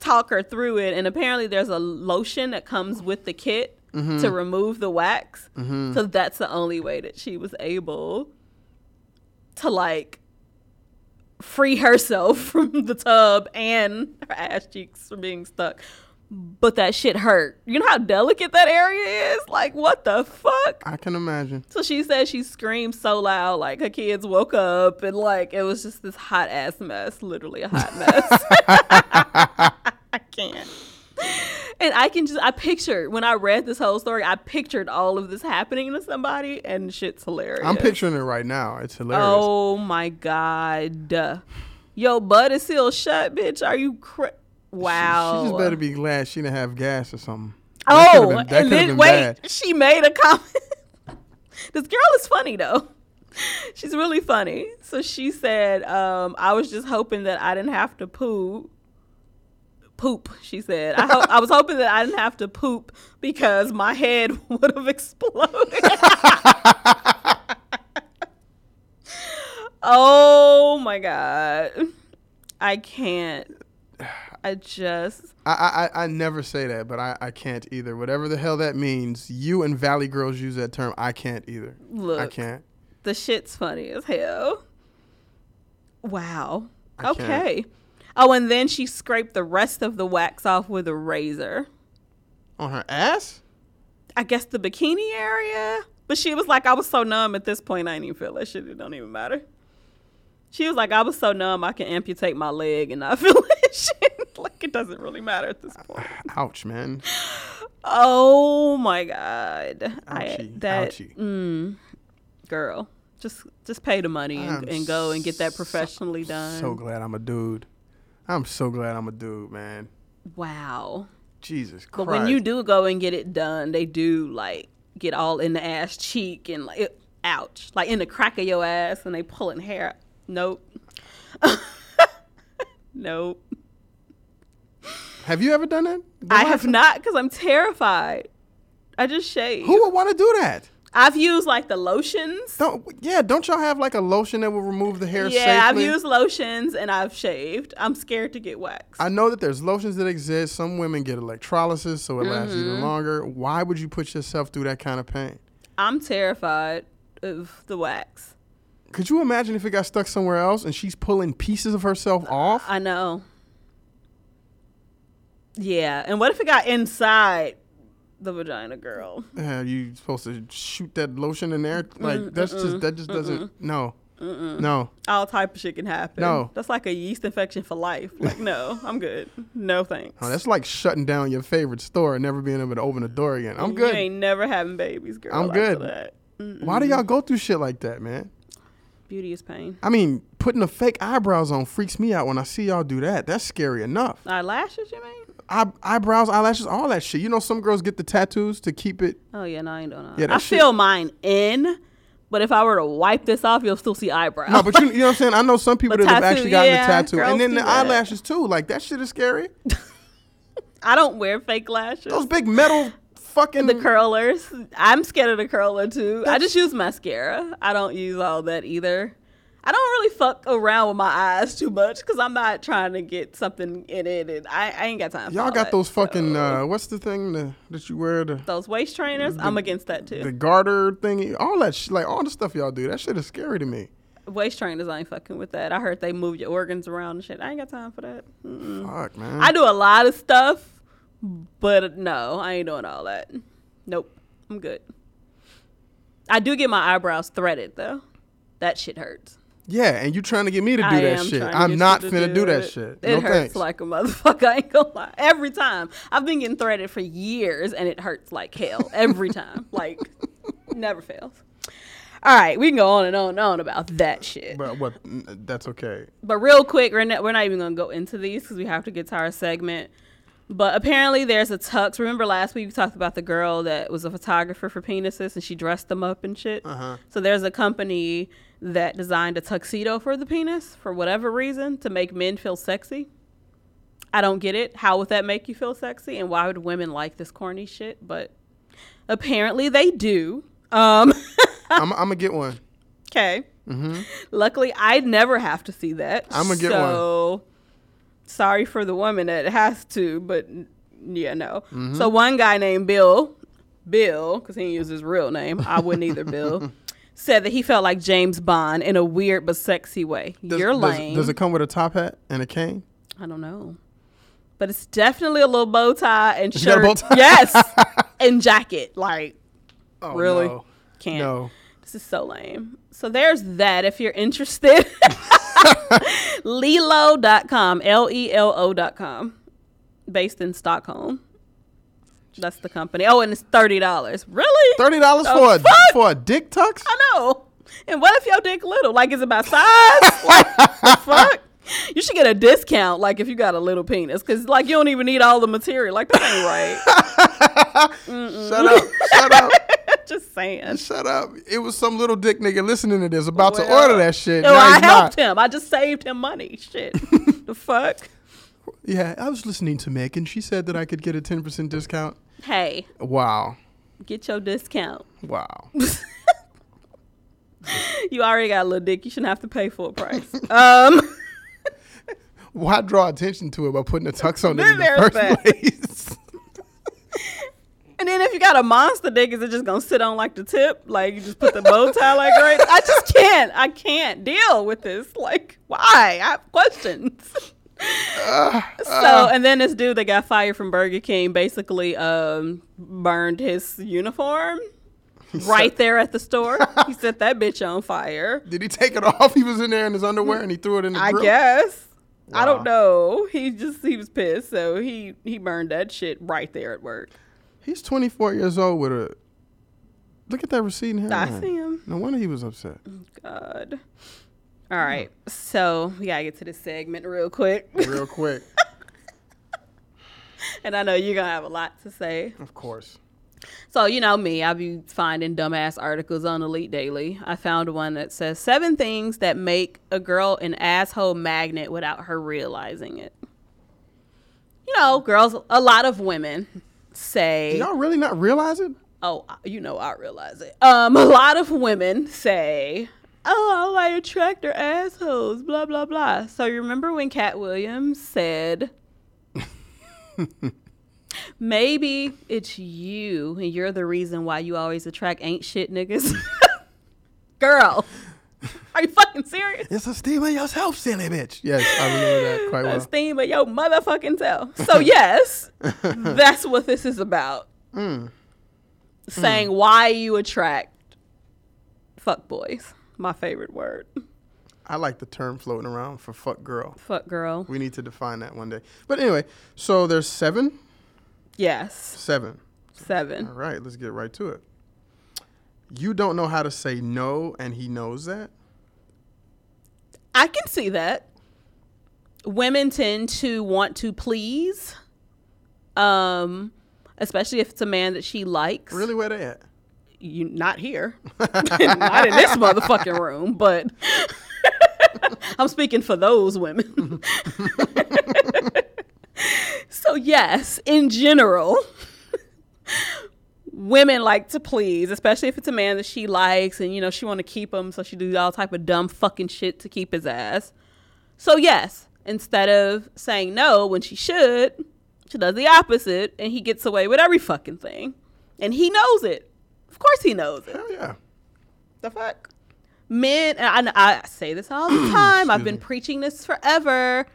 Speaker 2: talk her through it, and apparently there's a lotion that comes with the kit to remove the wax. So that's the only way that she was able to like free herself from the tub and her ass cheeks from being stuck. But that shit hurt. You know how delicate that area is? Like, what the fuck?
Speaker 3: I can imagine.
Speaker 2: So she said she screamed so loud, like her kids woke up, and like it was just this hot ass mess, literally a hot mess. I can't. And I can just, I pictured when I read this whole story, I pictured all of this happening to somebody, and shit's hilarious.
Speaker 3: I'm picturing it right now. It's hilarious.
Speaker 2: Oh my god, yo, butt is sealed shut, bitch. Are you cra- wow?
Speaker 3: She just better be glad she didn't have gas or something. That
Speaker 2: Oh,
Speaker 3: could've been- that
Speaker 2: and
Speaker 3: could've
Speaker 2: then
Speaker 3: been
Speaker 2: wait,
Speaker 3: bad.
Speaker 2: she made a comment. this girl is funny though. She's really funny. So she said, um, "I was just hoping that I didn't have to poo." Poop, she said. I, ho- I was hoping that I didn't have to poop because my head would have exploded. oh my god, I can't. I just
Speaker 3: I, I, I- I never say that, but I, I can't either. Whatever the hell that means, you and Valley girls use that term. I can't either. I
Speaker 2: Look.
Speaker 3: can't.
Speaker 2: The shit's funny as hell. Wow.
Speaker 3: I can't.
Speaker 2: okay. Oh, and then she scraped the rest of the wax off with a razor.
Speaker 3: On her ass?
Speaker 2: I guess the bikini area, But she was like, I was so numb at this point, I didn't even feel that shit. It don't even matter. She was like, I was so numb, I can amputate my leg and not feel that shit. like, it doesn't really matter at this point.
Speaker 3: Ouch, man.
Speaker 2: Oh my god! I,
Speaker 3: Ouchie,
Speaker 2: that
Speaker 3: ouchie.
Speaker 2: Mm, girl, just just pay the money and,
Speaker 3: I'm
Speaker 2: and go and get that
Speaker 3: so-
Speaker 2: professionally done.
Speaker 3: So glad I'm a dude. I'm so glad I'm a dude, man.
Speaker 2: wow!
Speaker 3: Jesus
Speaker 2: But
Speaker 3: Christ.
Speaker 2: when you do go and get it done, they do like get all in the ass cheek and like it, ouch, like in the crack of your ass, and they pulling hair. out. Nope. nope.
Speaker 3: have you ever done that? The
Speaker 2: I
Speaker 3: last-
Speaker 2: have not because I'm terrified. I just shave.
Speaker 3: Who would want to do that?
Speaker 2: I've used like the lotions.
Speaker 3: Don't yeah. Don't y'all have like a lotion that will remove the hair?
Speaker 2: Yeah,
Speaker 3: safely?
Speaker 2: I've used lotions and I've shaved. I'm scared to get waxed.
Speaker 3: I know that there's lotions that exist. Some women get electrolysis, so it lasts even longer. Why would you put yourself through that kind of pain?
Speaker 2: I'm terrified of the wax.
Speaker 3: Could you imagine if it got stuck somewhere else and she's pulling pieces of herself off?
Speaker 2: I know. Yeah, and what if it got inside the vagina, girl?
Speaker 3: Uh, you supposed to shoot that lotion in there? Like that's just that just doesn't no no.
Speaker 2: All type of shit can happen.
Speaker 3: No.
Speaker 2: that's like a yeast infection for life. Like, no, I'm good. No thanks.
Speaker 3: Oh, that's like shutting down your favorite store and never being able to open the door again. I'm
Speaker 2: You
Speaker 3: good.
Speaker 2: ain't never having babies, girl.
Speaker 3: I'm
Speaker 2: after
Speaker 3: good.
Speaker 2: that. Mm,
Speaker 3: Why do y'all go through shit like that, man?
Speaker 2: Beauty is pain.
Speaker 3: I mean, putting the fake eyebrows on freaks me out when I see y'all do that. That's scary enough.
Speaker 2: Eyelashes, you mean?
Speaker 3: Eye- eyebrows, eyelashes, all that shit. You know, some girls get the tattoos to keep it.
Speaker 2: Oh yeah, no, I ain't doing that.
Speaker 3: Yeah, that
Speaker 2: I
Speaker 3: shit-
Speaker 2: feel mine in, but if I were to wipe this off, you'll still see eyebrows.
Speaker 3: No, but you, you know what I'm saying? I know some people
Speaker 2: But
Speaker 3: that have
Speaker 2: tattoo,
Speaker 3: actually gotten
Speaker 2: yeah,
Speaker 3: a tattoo.
Speaker 2: girls
Speaker 3: And then
Speaker 2: do
Speaker 3: the
Speaker 2: that.
Speaker 3: eyelashes, too. Like, that shit is scary.
Speaker 2: I don't wear fake lashes.
Speaker 3: Those big metal fucking.
Speaker 2: the curlers. I'm scared of the curler too. I just use mascara. I don't use all that either. I don't really fuck around with my eyes too much because I'm not trying to get something in it, and I, I ain't got time. for
Speaker 3: y'all
Speaker 2: all
Speaker 3: got
Speaker 2: that.
Speaker 3: those fucking. Uh, what's the thing that, that you wear? The,
Speaker 2: those waist trainers. I'm against that too.
Speaker 3: the garter thingy? All that shit. Like, all the stuff y'all do. That shit is scary to me.
Speaker 2: waist trainers. I ain't fucking with that. I heard they move your organs around and shit. I ain't got time for that.
Speaker 3: Mm.
Speaker 2: Mm-mm.
Speaker 3: Fuck, man.
Speaker 2: Mm. I do a lot of stuff, but no, I ain't doing all that. Nope, I'm good. I do get my eyebrows threaded though. That shit hurts.
Speaker 3: yeah, and you trying to get me to do
Speaker 2: I
Speaker 3: that
Speaker 2: am
Speaker 3: shit.
Speaker 2: trying to get
Speaker 3: I'm
Speaker 2: you
Speaker 3: not
Speaker 2: to
Speaker 3: finna do that
Speaker 2: it.
Speaker 3: shit.
Speaker 2: It
Speaker 3: no
Speaker 2: hurts
Speaker 3: thanks.
Speaker 2: like a motherfucker. I ain't gonna lie. Every time I've been getting threaded for years, and it hurts like hell every time. Like never fails. All right, we can go on and on and on about that shit.
Speaker 3: but what? n- That's okay.
Speaker 2: But real quick, we're not, we're not even going to go into these because we have to get to our segment. But apparently, there's a tux. Remember last week we talked about the girl that was a photographer for penises and she dressed them up and shit. So there's a company that designed a tuxedo for the penis for whatever reason to make men feel sexy. I don't get it. How would that make you feel sexy? And why would women like this corny shit? But apparently, they do. Um.
Speaker 3: I'm, I'm gonna get one.
Speaker 2: Okay. Luckily, I never have to see that.
Speaker 3: Mm-hmm. I'ma get
Speaker 2: so, Sorry for the woman that has to, but n- yeah, no.
Speaker 3: Mm-hmm.
Speaker 2: So one guy named Bill, Bill, because he didn't use his real name, I wouldn't either. Bill said that he felt like James Bond in a weird but sexy way.
Speaker 3: Does-
Speaker 2: You're
Speaker 3: does-
Speaker 2: lame.
Speaker 3: Does it come with a top hat and a cane?
Speaker 2: I don't know. But it's definitely a little bow tie and
Speaker 3: got a
Speaker 2: shirt.
Speaker 3: bow tie?
Speaker 2: Yes. and jacket. Like,
Speaker 3: Oh,
Speaker 2: really?
Speaker 3: no.
Speaker 2: Can't.
Speaker 3: No.
Speaker 2: This is so lame. So there's that if you're interested. Lelo.com, L E L O.com, based in Stockholm. That's the company. Oh, and it's $30. Really?
Speaker 3: Thirty dollars
Speaker 2: The
Speaker 3: for a
Speaker 2: Oh, fuck?
Speaker 3: for a dick tux?
Speaker 2: I know. And what if your dick little? Like, is it by size? like, the fuck? You should get a discount, like, if you got a little penis, because, like, you don't even need all the material. Like, that ain't right.
Speaker 3: Shut up! Shut up!
Speaker 2: Just saying.
Speaker 3: Shut up! It was some little dick nigga listening to this about to
Speaker 2: Well,
Speaker 3: order that shit.
Speaker 2: No,
Speaker 3: now
Speaker 2: Oh, I
Speaker 3: he's
Speaker 2: helped
Speaker 3: not.
Speaker 2: him. I just saved him money. Shit. the fuck?
Speaker 3: Yeah, I was listening to Meg and she said that I could get a ten percent discount.
Speaker 2: Hey,
Speaker 3: Wow,
Speaker 2: get your discount.
Speaker 3: wow.
Speaker 2: You already got a little dick. You shouldn't have to pay full price. Um,
Speaker 3: Why draw attention to it by putting a tux on it
Speaker 2: Then
Speaker 3: in
Speaker 2: there's
Speaker 3: the first
Speaker 2: that.
Speaker 3: place?
Speaker 2: and then if you got a monster dick, is it just gonna sit on like the tip? Like you just put the bow tie like right? I just can't. I can't deal with this. Like why? I have questions. so and then this dude that got fired from Burger King basically um burned his uniform right there at the store. he set that bitch on fire.
Speaker 3: Did he take it off? He was in there in his underwear and he threw it in the
Speaker 2: I
Speaker 3: grill.
Speaker 2: guess. I
Speaker 3: Wow.
Speaker 2: don't know. He just he was pissed, so he he burned that shit right there at
Speaker 3: Mm-hmm.
Speaker 2: work.
Speaker 3: He's 24 years old with a. Look at that receding hairline.
Speaker 2: I see him.
Speaker 3: No wonder he was upset.
Speaker 2: God. All right. So we gotta get to this segment real quick,
Speaker 3: Real quick,
Speaker 2: and I know you're gonna have a lot to say.
Speaker 3: of course.
Speaker 2: So you know me, I be finding dumbass articles on Elite Daily. I found one that says seven things that make a girl an asshole magnet without her realizing it. You know, girls. A lot of women say,
Speaker 3: Did y'all really not realize it?
Speaker 2: "Oh, I- you know, I realize it." Um, a lot of women say, "Oh, I attract her assholes." Blah blah blah. So you remember when Cat Williams said. Maybe it's you and you're the reason why you always attract ain't shit niggas. Girl, are you fucking serious?
Speaker 3: It's a steam of yourself, silly bitch. Yes, I remember that quite well.
Speaker 2: Steam of your motherfucking self. So yes, that's what this is about. Saying why you attract fuck boys. My favorite word.
Speaker 3: I like the term floating around for fuck girl.
Speaker 2: Fuck girl.
Speaker 3: We need to define that one day. But anyway, so there's seven.
Speaker 2: Yes.
Speaker 3: Seven. All
Speaker 2: Seven.
Speaker 3: right, let's get right to it. You don't know how to say no, and he knows that.
Speaker 2: I can see that. Women tend to want to please, um, especially if it's a man that she likes.
Speaker 3: Really, where they at?
Speaker 2: You not here, not in this motherfucking room, but I'm speaking for those women. so yes, in general, women like to please, especially if it's a man that she likes, and you know she want to keep him, so she do all type of dumb fucking shit to keep his ass. So yes, instead of saying no when she should, she does the opposite, and he gets away with every fucking thing, and he knows it. Of course, he knows it
Speaker 3: Hell yeah.
Speaker 2: the fuck? Men, and I, I say this all the time. I've been preaching this forever.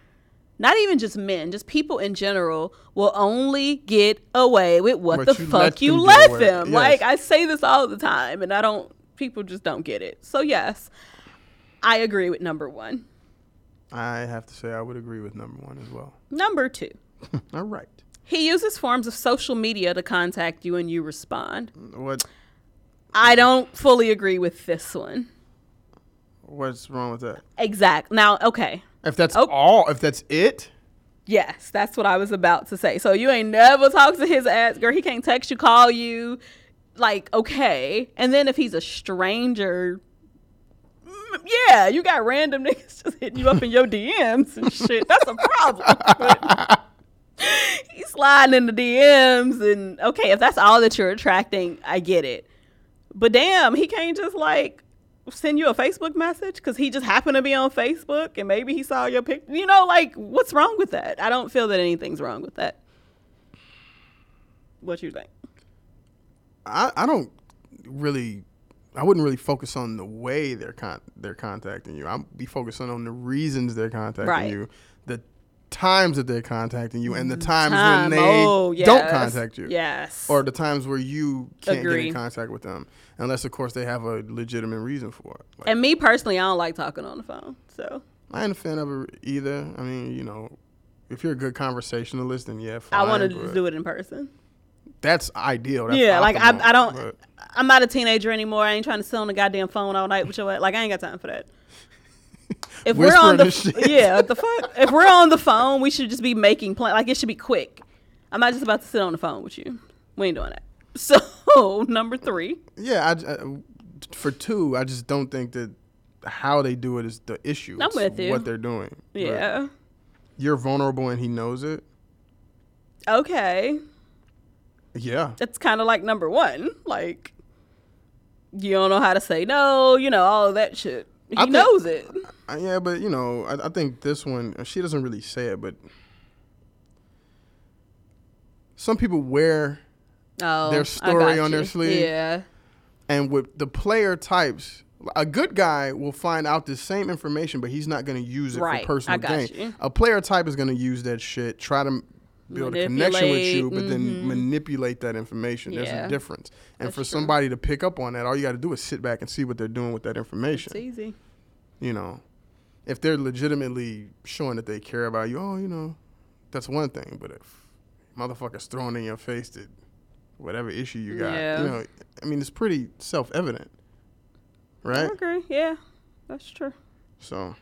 Speaker 2: Not even just men, just people in general will only get away with what
Speaker 3: What
Speaker 2: the
Speaker 3: you
Speaker 2: fuck
Speaker 3: let
Speaker 2: you
Speaker 3: them get
Speaker 2: let
Speaker 3: away-
Speaker 2: them.
Speaker 3: yes.
Speaker 2: Like I say this all the time, and I don't. People just don't get it. So yes, I agree with number one.
Speaker 3: I have to say I would agree with number one as well.
Speaker 2: Number two,
Speaker 3: All right.
Speaker 2: he uses forms of social media to contact you, and you respond.
Speaker 3: What
Speaker 2: I don't fully agree with this one.
Speaker 3: what's wrong with that?
Speaker 2: Exact. Now, okay.
Speaker 3: If that's
Speaker 2: Oh.
Speaker 3: all, if that's it,
Speaker 2: Yes, that's what I was about to say. So you ain't never talked to his ass, girl. He can't text you, call you, like okay. And then if he's a stranger, mm, yeah, you got random niggas just hitting you up in your DMs and shit. That's a problem. But he's sliding in the DMs, and okay, if that's all that you're attracting, I get it. But damn, he can't just like send you a Facebook message because he just happened to be on Facebook and maybe he saw your picture. You know, like what's wrong with that? I don't feel that anything's wrong with that. What you think?
Speaker 3: I, I don't really, I wouldn't really focus on the way they're con- they're contacting you. I'd be focusing on the reasons they're contacting
Speaker 2: Right. Mm,
Speaker 3: you, the times that they're contacting you, and the times
Speaker 2: Time.
Speaker 3: when they
Speaker 2: Oh,
Speaker 3: don't
Speaker 2: yes.
Speaker 3: contact you.
Speaker 2: Yes.
Speaker 3: Or the times where you can't get
Speaker 2: Agree.
Speaker 3: in contact with them, unless of course they have a legitimate reason for it. Like,
Speaker 2: and me personally, I don't like talking on the phone. So
Speaker 3: I ain't a fan of it either. I mean, you know, if you're a good conversationalist, then yeah, fine.
Speaker 2: I want to
Speaker 3: but
Speaker 2: just do it in person.
Speaker 3: That's ideal. That's
Speaker 2: yeah, like
Speaker 3: optimal,
Speaker 2: I, I don't.
Speaker 3: but-
Speaker 2: I'm not a teenager anymore. I ain't trying to sit on the goddamn phone all night with your ass. Like I ain't got time for that. If we're on
Speaker 3: Whispering
Speaker 2: the
Speaker 3: and shit.
Speaker 2: yeah, what the fuck. If we're on the phone, we should just be making plans. Like it should be quick. I'm not just about to sit on the phone with you. We ain't doing that. So number three,
Speaker 3: Yeah, I j- I- for two, I just don't think that how they do it is the issue.
Speaker 2: I'm
Speaker 3: It's
Speaker 2: with you.
Speaker 3: What they're doing. But
Speaker 2: yeah,
Speaker 3: you're vulnerable and he knows it.
Speaker 2: okay,
Speaker 3: Yeah.
Speaker 2: that's kind of like number one. Like you don't know how to say no. You know all of that shit. He
Speaker 3: I think-
Speaker 2: knows it.
Speaker 3: I, Uh, yeah, but you know, I, I think this one uh, she doesn't really say it, but some people wear
Speaker 2: Oh,
Speaker 3: Their
Speaker 2: I
Speaker 3: story
Speaker 2: got
Speaker 3: on their
Speaker 2: you.
Speaker 3: sleeve.
Speaker 2: Yeah.
Speaker 3: and with the player types. A good guy will find out the same information, but he's not going to use it
Speaker 2: Right, I
Speaker 3: for personal
Speaker 2: got
Speaker 3: gain.
Speaker 2: you.
Speaker 3: A player type is going to use that shit, try to m- build a connection with you,
Speaker 4: Manipulate,
Speaker 3: but then manipulate that information. There's
Speaker 4: Yeah.
Speaker 3: a difference. And
Speaker 4: That's
Speaker 3: for
Speaker 4: true.
Speaker 3: somebody to pick up on that, all you got to do is sit back and see what they're doing with that information.
Speaker 4: It's easy.
Speaker 3: You know, if they're legitimately showing that they care about you, oh, you know, that's one thing. But if motherfuckers throwing in your face that whatever issue you got,
Speaker 4: Yeah.
Speaker 3: you know, I mean, it's pretty self evident, right?
Speaker 4: I agree. Yeah, that's true.
Speaker 3: So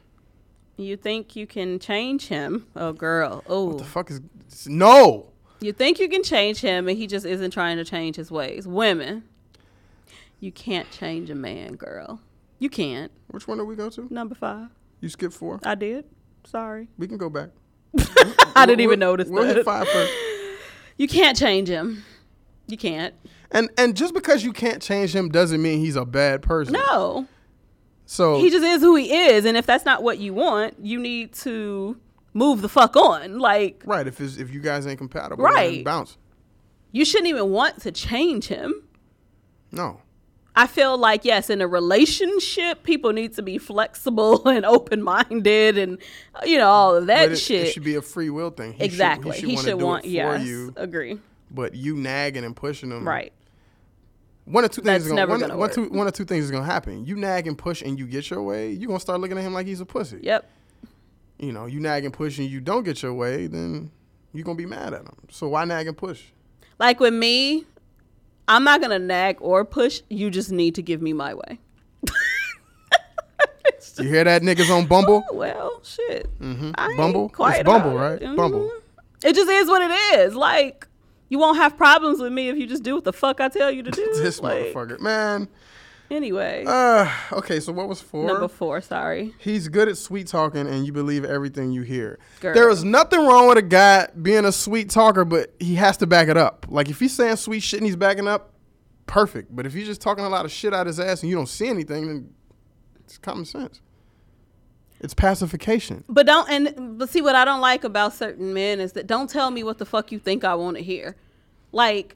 Speaker 2: You think you can change him? Oh, girl.
Speaker 3: what the
Speaker 2: Oh,
Speaker 3: fuck is no?
Speaker 2: you think you can change him, and he just isn't trying to change his ways. Women, you can't change a man, girl. You can't.
Speaker 3: Which one did we go to?
Speaker 2: Number five.
Speaker 3: You skip four.
Speaker 2: I did. Sorry.
Speaker 3: We can go back.
Speaker 2: I didn't
Speaker 3: We'll-
Speaker 2: even notice
Speaker 3: We'll hit
Speaker 2: that.
Speaker 3: five first.
Speaker 2: You can't change him. You can't.
Speaker 3: And and just because you can't change him doesn't mean he's a bad person.
Speaker 2: No.
Speaker 3: So
Speaker 2: He just is who he is, and if that's not what you want, you need to move the fuck on. Like
Speaker 3: right if it's, if you guys ain't compatible, right,
Speaker 2: Right.
Speaker 3: bounce.
Speaker 2: you shouldn't even want to change him.
Speaker 3: No,
Speaker 2: I feel like yes, in a relationship, people need to be flexible and open minded, and you know all of that
Speaker 3: But it,
Speaker 2: shit.
Speaker 3: it should be a free will thing. He should-
Speaker 2: exactly. he
Speaker 3: wanna
Speaker 2: should
Speaker 3: do
Speaker 2: want.
Speaker 3: it for
Speaker 2: Yes.
Speaker 3: you, Mm.
Speaker 2: Agree.
Speaker 3: but you nagging and pushing him.
Speaker 2: Right.
Speaker 3: One of two things
Speaker 2: That's
Speaker 3: is gonna,
Speaker 2: never
Speaker 3: one,
Speaker 2: gonna
Speaker 3: one,
Speaker 2: work.
Speaker 3: two, one of two things is gonna happen. You nag and push and you get your way. You gonna start looking at him like he's a pussy.
Speaker 2: Yep.
Speaker 3: You know, you nag and push and you don't get your way, then you gonna be mad at him. So why nag and push?
Speaker 2: Like with me, I'm not gonna nag or push. You just need to give me my way.
Speaker 3: You hear that niggas on Bumble?
Speaker 2: Oh, Well, shit. I ain't
Speaker 3: Mm-hmm. Bumble? It's
Speaker 2: quiet
Speaker 3: Bumble,
Speaker 2: about it. Mm-hmm.
Speaker 3: right? Bumble.
Speaker 2: It just is what it is. Like, you won't have problems with me if you just do what the fuck I tell you to do.
Speaker 3: This
Speaker 2: Like,
Speaker 3: motherfucker, man.
Speaker 2: Anyway,
Speaker 3: Uh, okay, so what was four?
Speaker 2: number four. Sorry.
Speaker 3: He's good at sweet talking, and you believe everything you hear.
Speaker 2: Girl.
Speaker 3: There is nothing wrong with a guy being a sweet talker, but he has to back it up. Like if he's saying sweet shit and he's backing up, perfect. But if he's just talking a lot of shit out his ass and you don't see anything, then it's common sense. It's pacification.
Speaker 2: But don't and but see what I don't like about certain men is that don't tell me what the fuck you think I want to hear. Like,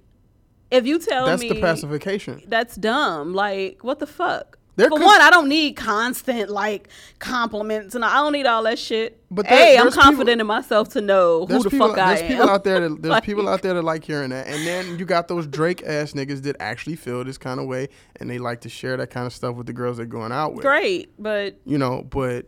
Speaker 2: if you tell
Speaker 3: That's
Speaker 2: me
Speaker 3: the pacification.
Speaker 2: that's dumb. Like, what the fuck?
Speaker 3: There
Speaker 2: For
Speaker 3: could-
Speaker 2: one, I don't need constant like compliments, and I don't need all that shit.
Speaker 3: But
Speaker 2: But
Speaker 3: there-
Speaker 2: hey, I'm
Speaker 3: there's people-
Speaker 2: confident in myself to know who
Speaker 3: There's
Speaker 2: the
Speaker 3: people,
Speaker 2: fuck I
Speaker 3: there's
Speaker 2: am.
Speaker 3: people out there that there's
Speaker 2: Like-
Speaker 3: people out there that like hearing that, and then you got those Drake ass niggas that actually feel this kind of way, and they like to share that kind of stuff with the girls they're going out with.
Speaker 2: Great, but
Speaker 3: You know, but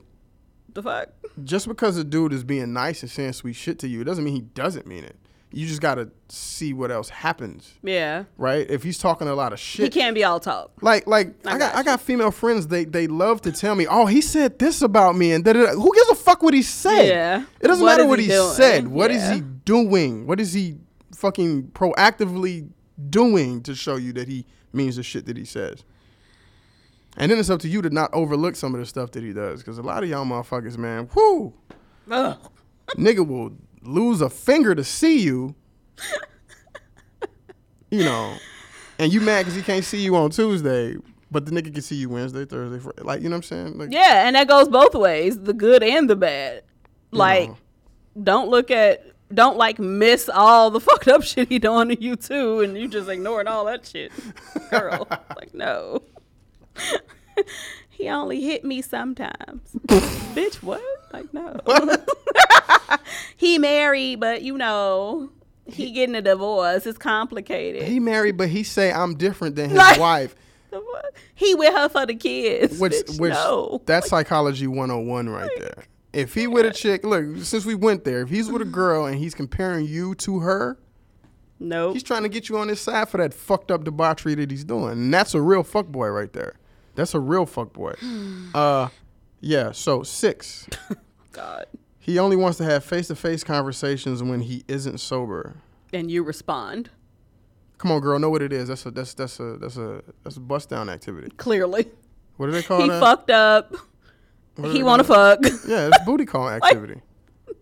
Speaker 2: the fuck?
Speaker 3: just because a dude is being nice and saying sweet shit to you, it doesn't mean he doesn't mean it. You just gotta see what else happens,
Speaker 2: Yeah,
Speaker 3: right? If he's talking a lot of shit,
Speaker 2: he can't be all talk.
Speaker 3: Like, like I, got,
Speaker 2: got
Speaker 3: I got female friends. They they love to tell me, oh, he said this about me, and da, da, da." who gives a fuck what he said?
Speaker 2: Yeah.
Speaker 3: it doesn't
Speaker 2: What
Speaker 3: matter
Speaker 2: is
Speaker 3: what
Speaker 2: he
Speaker 3: he,
Speaker 2: doing?
Speaker 3: said. What is
Speaker 2: Yeah.
Speaker 3: he doing? What is he fucking proactively doing to show you that he means the shit that he says? And then it's up to you to not overlook some of the stuff that he does, because a lot of y'all motherfuckers, man, whoo,
Speaker 2: Ugh.
Speaker 3: nigga will lose a finger to see you. You know, and you mad because he can't see you on Tuesday, but the nigga can see you Wednesday, Thursday, Friday. Like you know what I'm saying? Like,
Speaker 2: Yeah, and that goes both ways, the good and the bad. Like, don't look at, don't like miss all the fucked up shit he doing to you too, and you just ignoring all that shit, girl. like, no. he only hit me sometimes. Bitch, what? Like, no. he married, but you know, he getting a divorce. It's complicated.
Speaker 3: He married, but he say I'm different than his
Speaker 2: Like-
Speaker 3: wife,
Speaker 2: The fuck? he with her for the kids.
Speaker 3: which
Speaker 2: Bitch,
Speaker 3: which
Speaker 2: no.
Speaker 3: that's psychology 101 right there. If he with a chick, look, since we went there, if he's with a girl and he's comparing you to her,
Speaker 2: nope.
Speaker 3: He's trying to get you on his side for that fucked up debauchery that he's doing. And that's a real fuckboy right there. That's a real fuckboy. uh, yeah, so six.
Speaker 2: God.
Speaker 3: He only wants to have face to face conversations when he isn't sober.
Speaker 2: And you respond.
Speaker 3: Come on, girl, know what it is. That's a that's that's a that's a that's a bust down activity.
Speaker 2: clearly.
Speaker 3: What do they call
Speaker 2: he
Speaker 3: that?
Speaker 2: fucked up.
Speaker 3: What do
Speaker 2: He
Speaker 3: they
Speaker 2: want to
Speaker 3: call
Speaker 2: fuck.
Speaker 3: it? Yeah, it's booty call activity.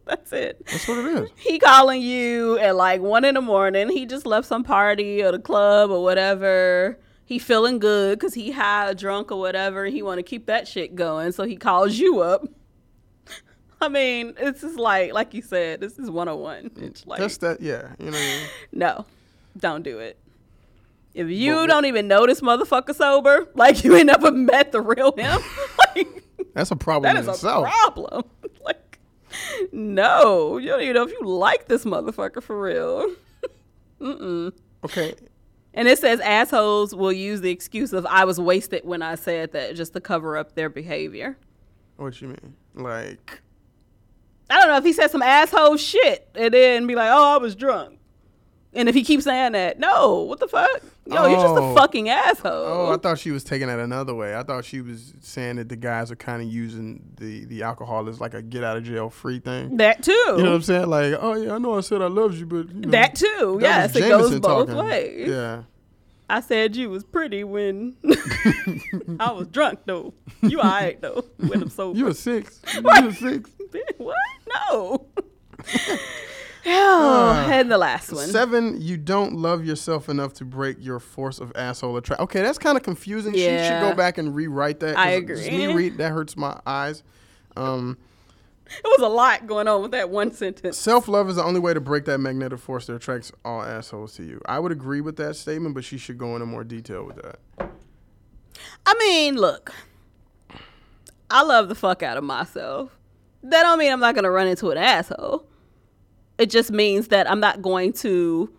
Speaker 2: That's it.
Speaker 3: That's what it is.
Speaker 2: He calling you at like one in the morning. He just left some party or the club or whatever. He feeling good because he high, drunk or whatever. He want to keep that shit going, so he calls you up. I mean, it's just like, like you said, this is 101. It's like,
Speaker 3: That's that. Yeah, you know. What I mean?
Speaker 2: no, don't do it. If you don't even know this motherfucker sober, like you ain't never met the real him, like,
Speaker 3: That's a problem
Speaker 2: that
Speaker 3: in
Speaker 2: is a
Speaker 3: itself.
Speaker 2: problem. like, no, you don't even know if you like this motherfucker for real. Mm-mm.
Speaker 3: Okay.
Speaker 2: And it says assholes will use the excuse of I was wasted when I said that just to cover up their behavior.
Speaker 3: What you mean? Like,
Speaker 2: I don't know if he said some asshole shit and then be like, oh, I was drunk. And if he keeps saying that, no, what the fuck? Yo, you're just
Speaker 3: Oh.
Speaker 2: a fucking asshole.
Speaker 3: oh, I thought she was taking that another way. I thought she was saying that the guys are kind of using the the alcohol as like a get out of jail free thing.
Speaker 2: that too.
Speaker 3: You know what I'm saying? Like, oh yeah, I know I said I loved you, but you know,
Speaker 2: that too.
Speaker 3: Mm. that
Speaker 2: yes,
Speaker 3: was
Speaker 2: it goes
Speaker 3: Jameson
Speaker 2: both
Speaker 3: talking.
Speaker 2: ways.
Speaker 3: Yeah.
Speaker 2: I said you was pretty when I was drunk though. You alright though when I'm sober.
Speaker 3: You were six. You were six.
Speaker 2: what? No.
Speaker 3: Uh,
Speaker 2: oh, and the last one.
Speaker 3: Seven, you don't love yourself enough to break your force of asshole attract. Okay, that's kind of confusing. She should
Speaker 2: Yeah.
Speaker 3: go back and rewrite that. 'cause
Speaker 2: I
Speaker 3: Just
Speaker 2: agree.
Speaker 3: me read that hurts my eyes. Um,
Speaker 2: It was a lot going on with that one sentence.
Speaker 3: Self love is the only way to break that magnetic force that attracts all assholes to you. I would agree with that statement, but she should go into more detail with that.
Speaker 2: I mean, look, I love the fuck out of myself. That don't mean I'm not gonna run into an asshole. It just means that I'm not going to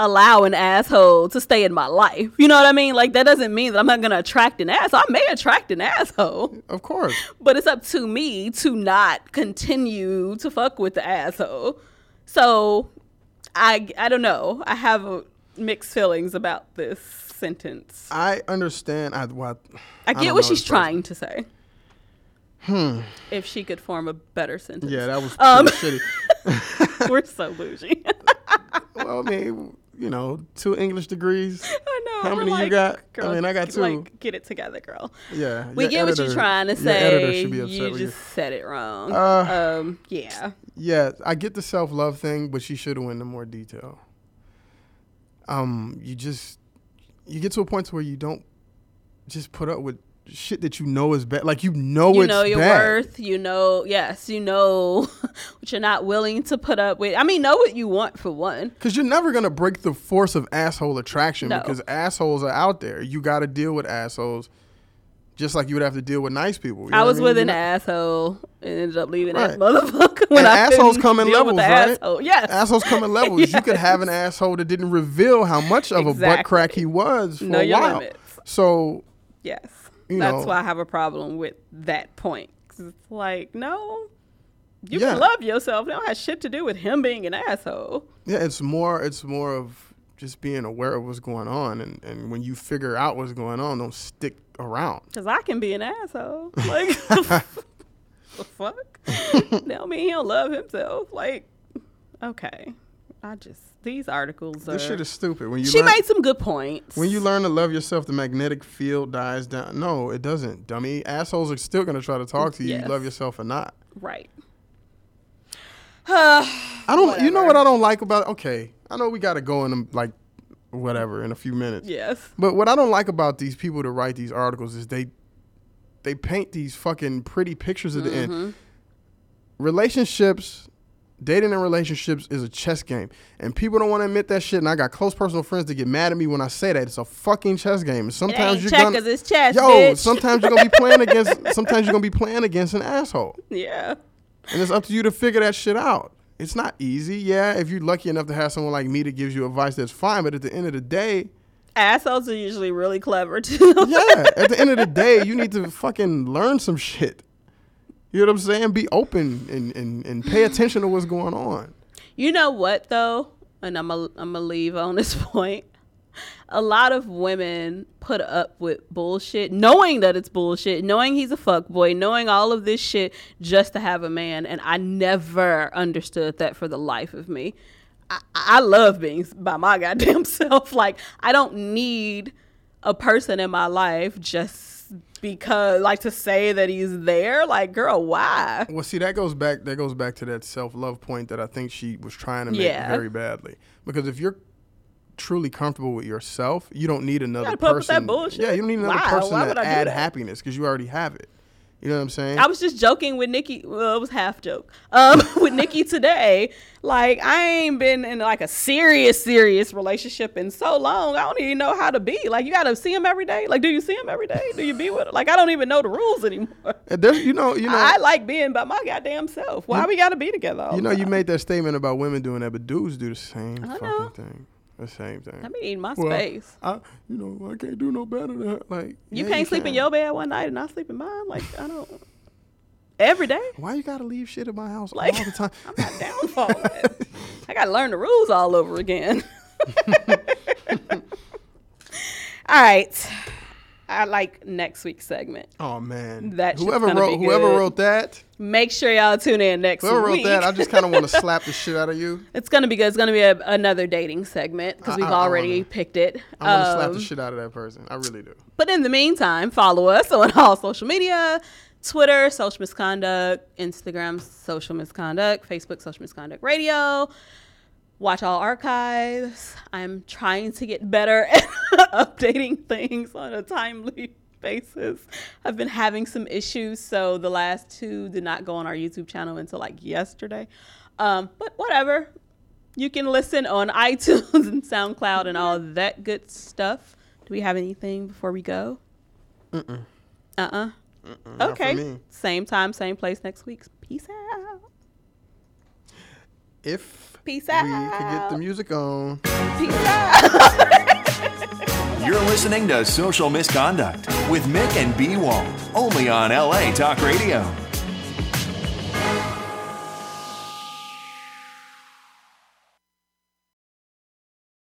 Speaker 2: allow an asshole to stay in my life. You know what I mean? Like that doesn't mean that I'm not gonna attract an asshole. I may attract an asshole,
Speaker 3: Of course.
Speaker 2: but it's up to me to not continue to fuck with the asshole. So I I don't know. I have uh mixed feelings about this sentence.
Speaker 3: I understand. I, well,
Speaker 2: I
Speaker 3: don't
Speaker 2: get what
Speaker 3: know
Speaker 2: she's
Speaker 3: this person.
Speaker 2: trying to say. Hmm. If she could form a better sentence.
Speaker 3: Yeah, that was
Speaker 2: Um.
Speaker 3: pretty shitty.
Speaker 2: We're so bougie.
Speaker 3: Well, I mean, you know, two English degrees.
Speaker 2: I know.
Speaker 3: How
Speaker 2: we're
Speaker 3: many you
Speaker 2: like,
Speaker 3: got?
Speaker 2: Girl,
Speaker 3: I mean, I got two.
Speaker 2: Like, get it together, girl.
Speaker 3: Yeah.
Speaker 2: We
Speaker 3: your
Speaker 2: get what
Speaker 3: editor-
Speaker 2: you're trying to
Speaker 3: your editor
Speaker 2: say.
Speaker 3: should be upset
Speaker 2: you
Speaker 3: with
Speaker 2: just
Speaker 3: you.
Speaker 2: said it wrong.
Speaker 3: Uh.
Speaker 2: um, yeah.
Speaker 3: Yeah, I get the self love thing, but she should have went into more detail. Um, you just you get to a point to where you don't just put up with shit that you know is bad. Like you know
Speaker 2: You
Speaker 3: oh, it's
Speaker 2: know your
Speaker 3: bad.
Speaker 2: worth. You know, yes, you know what you're not willing to put up with. I mean, know what you want for one.
Speaker 3: Because you're never gonna break the force of asshole attraction
Speaker 2: No.
Speaker 3: because assholes are out there. You gotta deal with assholes just like you would have to deal with nice people. You know
Speaker 2: I
Speaker 3: what
Speaker 2: was
Speaker 3: mean?
Speaker 2: with
Speaker 3: You
Speaker 2: an
Speaker 3: know-
Speaker 2: asshole and ended up leaving
Speaker 3: Right.
Speaker 2: that motherfucker when
Speaker 3: and
Speaker 2: I
Speaker 3: assholes
Speaker 2: couldn't
Speaker 3: come in
Speaker 2: deal
Speaker 3: levels,
Speaker 2: with the
Speaker 3: right?
Speaker 2: Asshole. Yes.
Speaker 3: Assholes come in levels. You could have an asshole that didn't reveal how much of a
Speaker 2: Exactly.
Speaker 3: butt crack he was for
Speaker 2: Know
Speaker 3: a
Speaker 2: your
Speaker 3: while.
Speaker 2: limits.
Speaker 3: So
Speaker 2: Yes.
Speaker 3: You
Speaker 2: That's
Speaker 3: know.
Speaker 2: why I have a problem with that point. 'Cause It's like, no, you
Speaker 3: Yeah.
Speaker 2: can love yourself. It don't have shit to do with him being an asshole.
Speaker 3: yeah, it's more it's more of just being aware of what's going on and, and when you figure out what's going on, don't stick around.
Speaker 2: Because I can be an asshole. Like, the fuck? that don't mean he don't love himself. Like, okay. I just, these articles are.
Speaker 3: This shit is stupid. When you
Speaker 2: she
Speaker 3: learn,
Speaker 2: made some good points.
Speaker 3: when you learn to love yourself, the magnetic field dies down. No, it doesn't, dummy. Assholes are still gonna try to talk to you.
Speaker 2: Yes.
Speaker 3: You love yourself or not.
Speaker 2: right.
Speaker 3: I don't. You know what I don't like about? Okay, I know we gotta go in um, like whatever in a few minutes.
Speaker 2: Yes.
Speaker 3: But what I don't like about these people that write these articles is they they paint these fucking pretty pictures at the
Speaker 2: Mm-hmm.
Speaker 3: end. Relationships, dating and relationships is a chess game, and people don't want to admit that shit. And I got close personal friends that get mad at me when I say that it's a fucking chess game. And sometimes
Speaker 2: ain't
Speaker 3: you're
Speaker 2: checkers,
Speaker 3: gonna
Speaker 2: it's chess,
Speaker 3: Yo,
Speaker 2: bitch.
Speaker 3: sometimes you're gonna be playing against. Sometimes you're gonna be playing against an asshole,
Speaker 2: Yeah.
Speaker 3: and it's up to you to figure that shit out. It's not easy. Yeah, if you're lucky enough to have someone like me that gives you advice, that's fine. But at the end of the day,
Speaker 2: Assholes are usually really clever, too.
Speaker 3: yeah. At the end of the day, you need to fucking learn some shit. You know what I'm saying? Be open and, and, and pay attention to what's going on.
Speaker 2: You know what though, and I'm a, I'm gonna leave on this point. A lot of women put up with bullshit, knowing that it's bullshit, knowing he's a fuckboy, knowing all of this shit just to have a man. And I never understood that for the life of me. I, I love being by my goddamn self. Like I don't need a person in my life just because, like, to say that he's there. Like, girl, why?
Speaker 3: Well, see, that goes back that goes back to that self love point that I think she was trying to make
Speaker 2: Yeah.
Speaker 3: very badly. Because if you're truly comfortable with yourself, you don't need another
Speaker 2: gotta put up with that
Speaker 3: person.
Speaker 2: bullshit.
Speaker 3: Yeah, you don't need another
Speaker 2: Why?
Speaker 3: person
Speaker 2: Why
Speaker 3: to
Speaker 2: would I do
Speaker 3: add
Speaker 2: that?
Speaker 3: happiness because you already have it. You know what I'm saying?
Speaker 2: I was just joking with Nikki. Well, it was half joke. Um, with Nikki today, like I ain't been in like a serious, serious relationship in so long. I don't even know how to be. Like you gotta see him every day. Like do you see him every day? Do you be with? Him? Like I don't even know the rules anymore.
Speaker 3: And there's, you know, you know,
Speaker 2: I like being by my goddamn self. Why we gotta be together? All
Speaker 3: you know,
Speaker 2: the
Speaker 3: you
Speaker 2: time?
Speaker 3: made that statement about women doing that, but dudes do the same fucking
Speaker 2: know.
Speaker 3: thing. The same thing.
Speaker 2: I mean, in my
Speaker 3: Well,
Speaker 2: space.
Speaker 3: I, you know, I can't do no better than her. Like
Speaker 2: You
Speaker 3: yeah,
Speaker 2: can't sleep in
Speaker 3: can.
Speaker 2: your bed one night and I sleep in mine. Like I don't. Every day.
Speaker 3: Why you gotta leave shit at my house
Speaker 2: Like,
Speaker 3: all the time?
Speaker 2: I'm not down for all that. I gotta learn the rules all over again. all right. I like next week's segment.
Speaker 3: oh man,
Speaker 2: That shit's
Speaker 3: whoever
Speaker 2: gonna
Speaker 3: wrote
Speaker 2: be
Speaker 3: whoever
Speaker 2: good.
Speaker 3: wrote that,
Speaker 2: Make sure y'all tune in next
Speaker 3: whoever wrote
Speaker 2: week.
Speaker 3: that, I just kind of want to slap the shit out of you.
Speaker 2: it's gonna be good. It's gonna be a, another dating segment because
Speaker 3: I-
Speaker 2: we've
Speaker 3: I- I
Speaker 2: already
Speaker 3: wanna-
Speaker 2: picked it.
Speaker 3: I want to slap
Speaker 2: Um,
Speaker 3: the shit out of that person. I really do.
Speaker 2: But in the meantime, follow us on all social media Twitter, Social Misconduct, Instagram, Social Misconduct, Facebook, Social Misconduct Radio. Watch all archives. I'm trying to get better at updating things on a timely basis. I've been having some issues, so the last two did not go on our YouTube channel until like yesterday. Um, but whatever. You can listen on iTunes and SoundCloud and all that good stuff. Do we have anything before we go? Uh uh.
Speaker 3: for
Speaker 2: Okay.
Speaker 3: me.
Speaker 2: Same time, same place next week. Peace out.
Speaker 3: If
Speaker 2: Peace
Speaker 3: we could get the
Speaker 2: out.
Speaker 3: music on.
Speaker 2: Peace out.
Speaker 1: You're listening to Social Misconduct with Mick and B Wall, only on LA Talk Radio.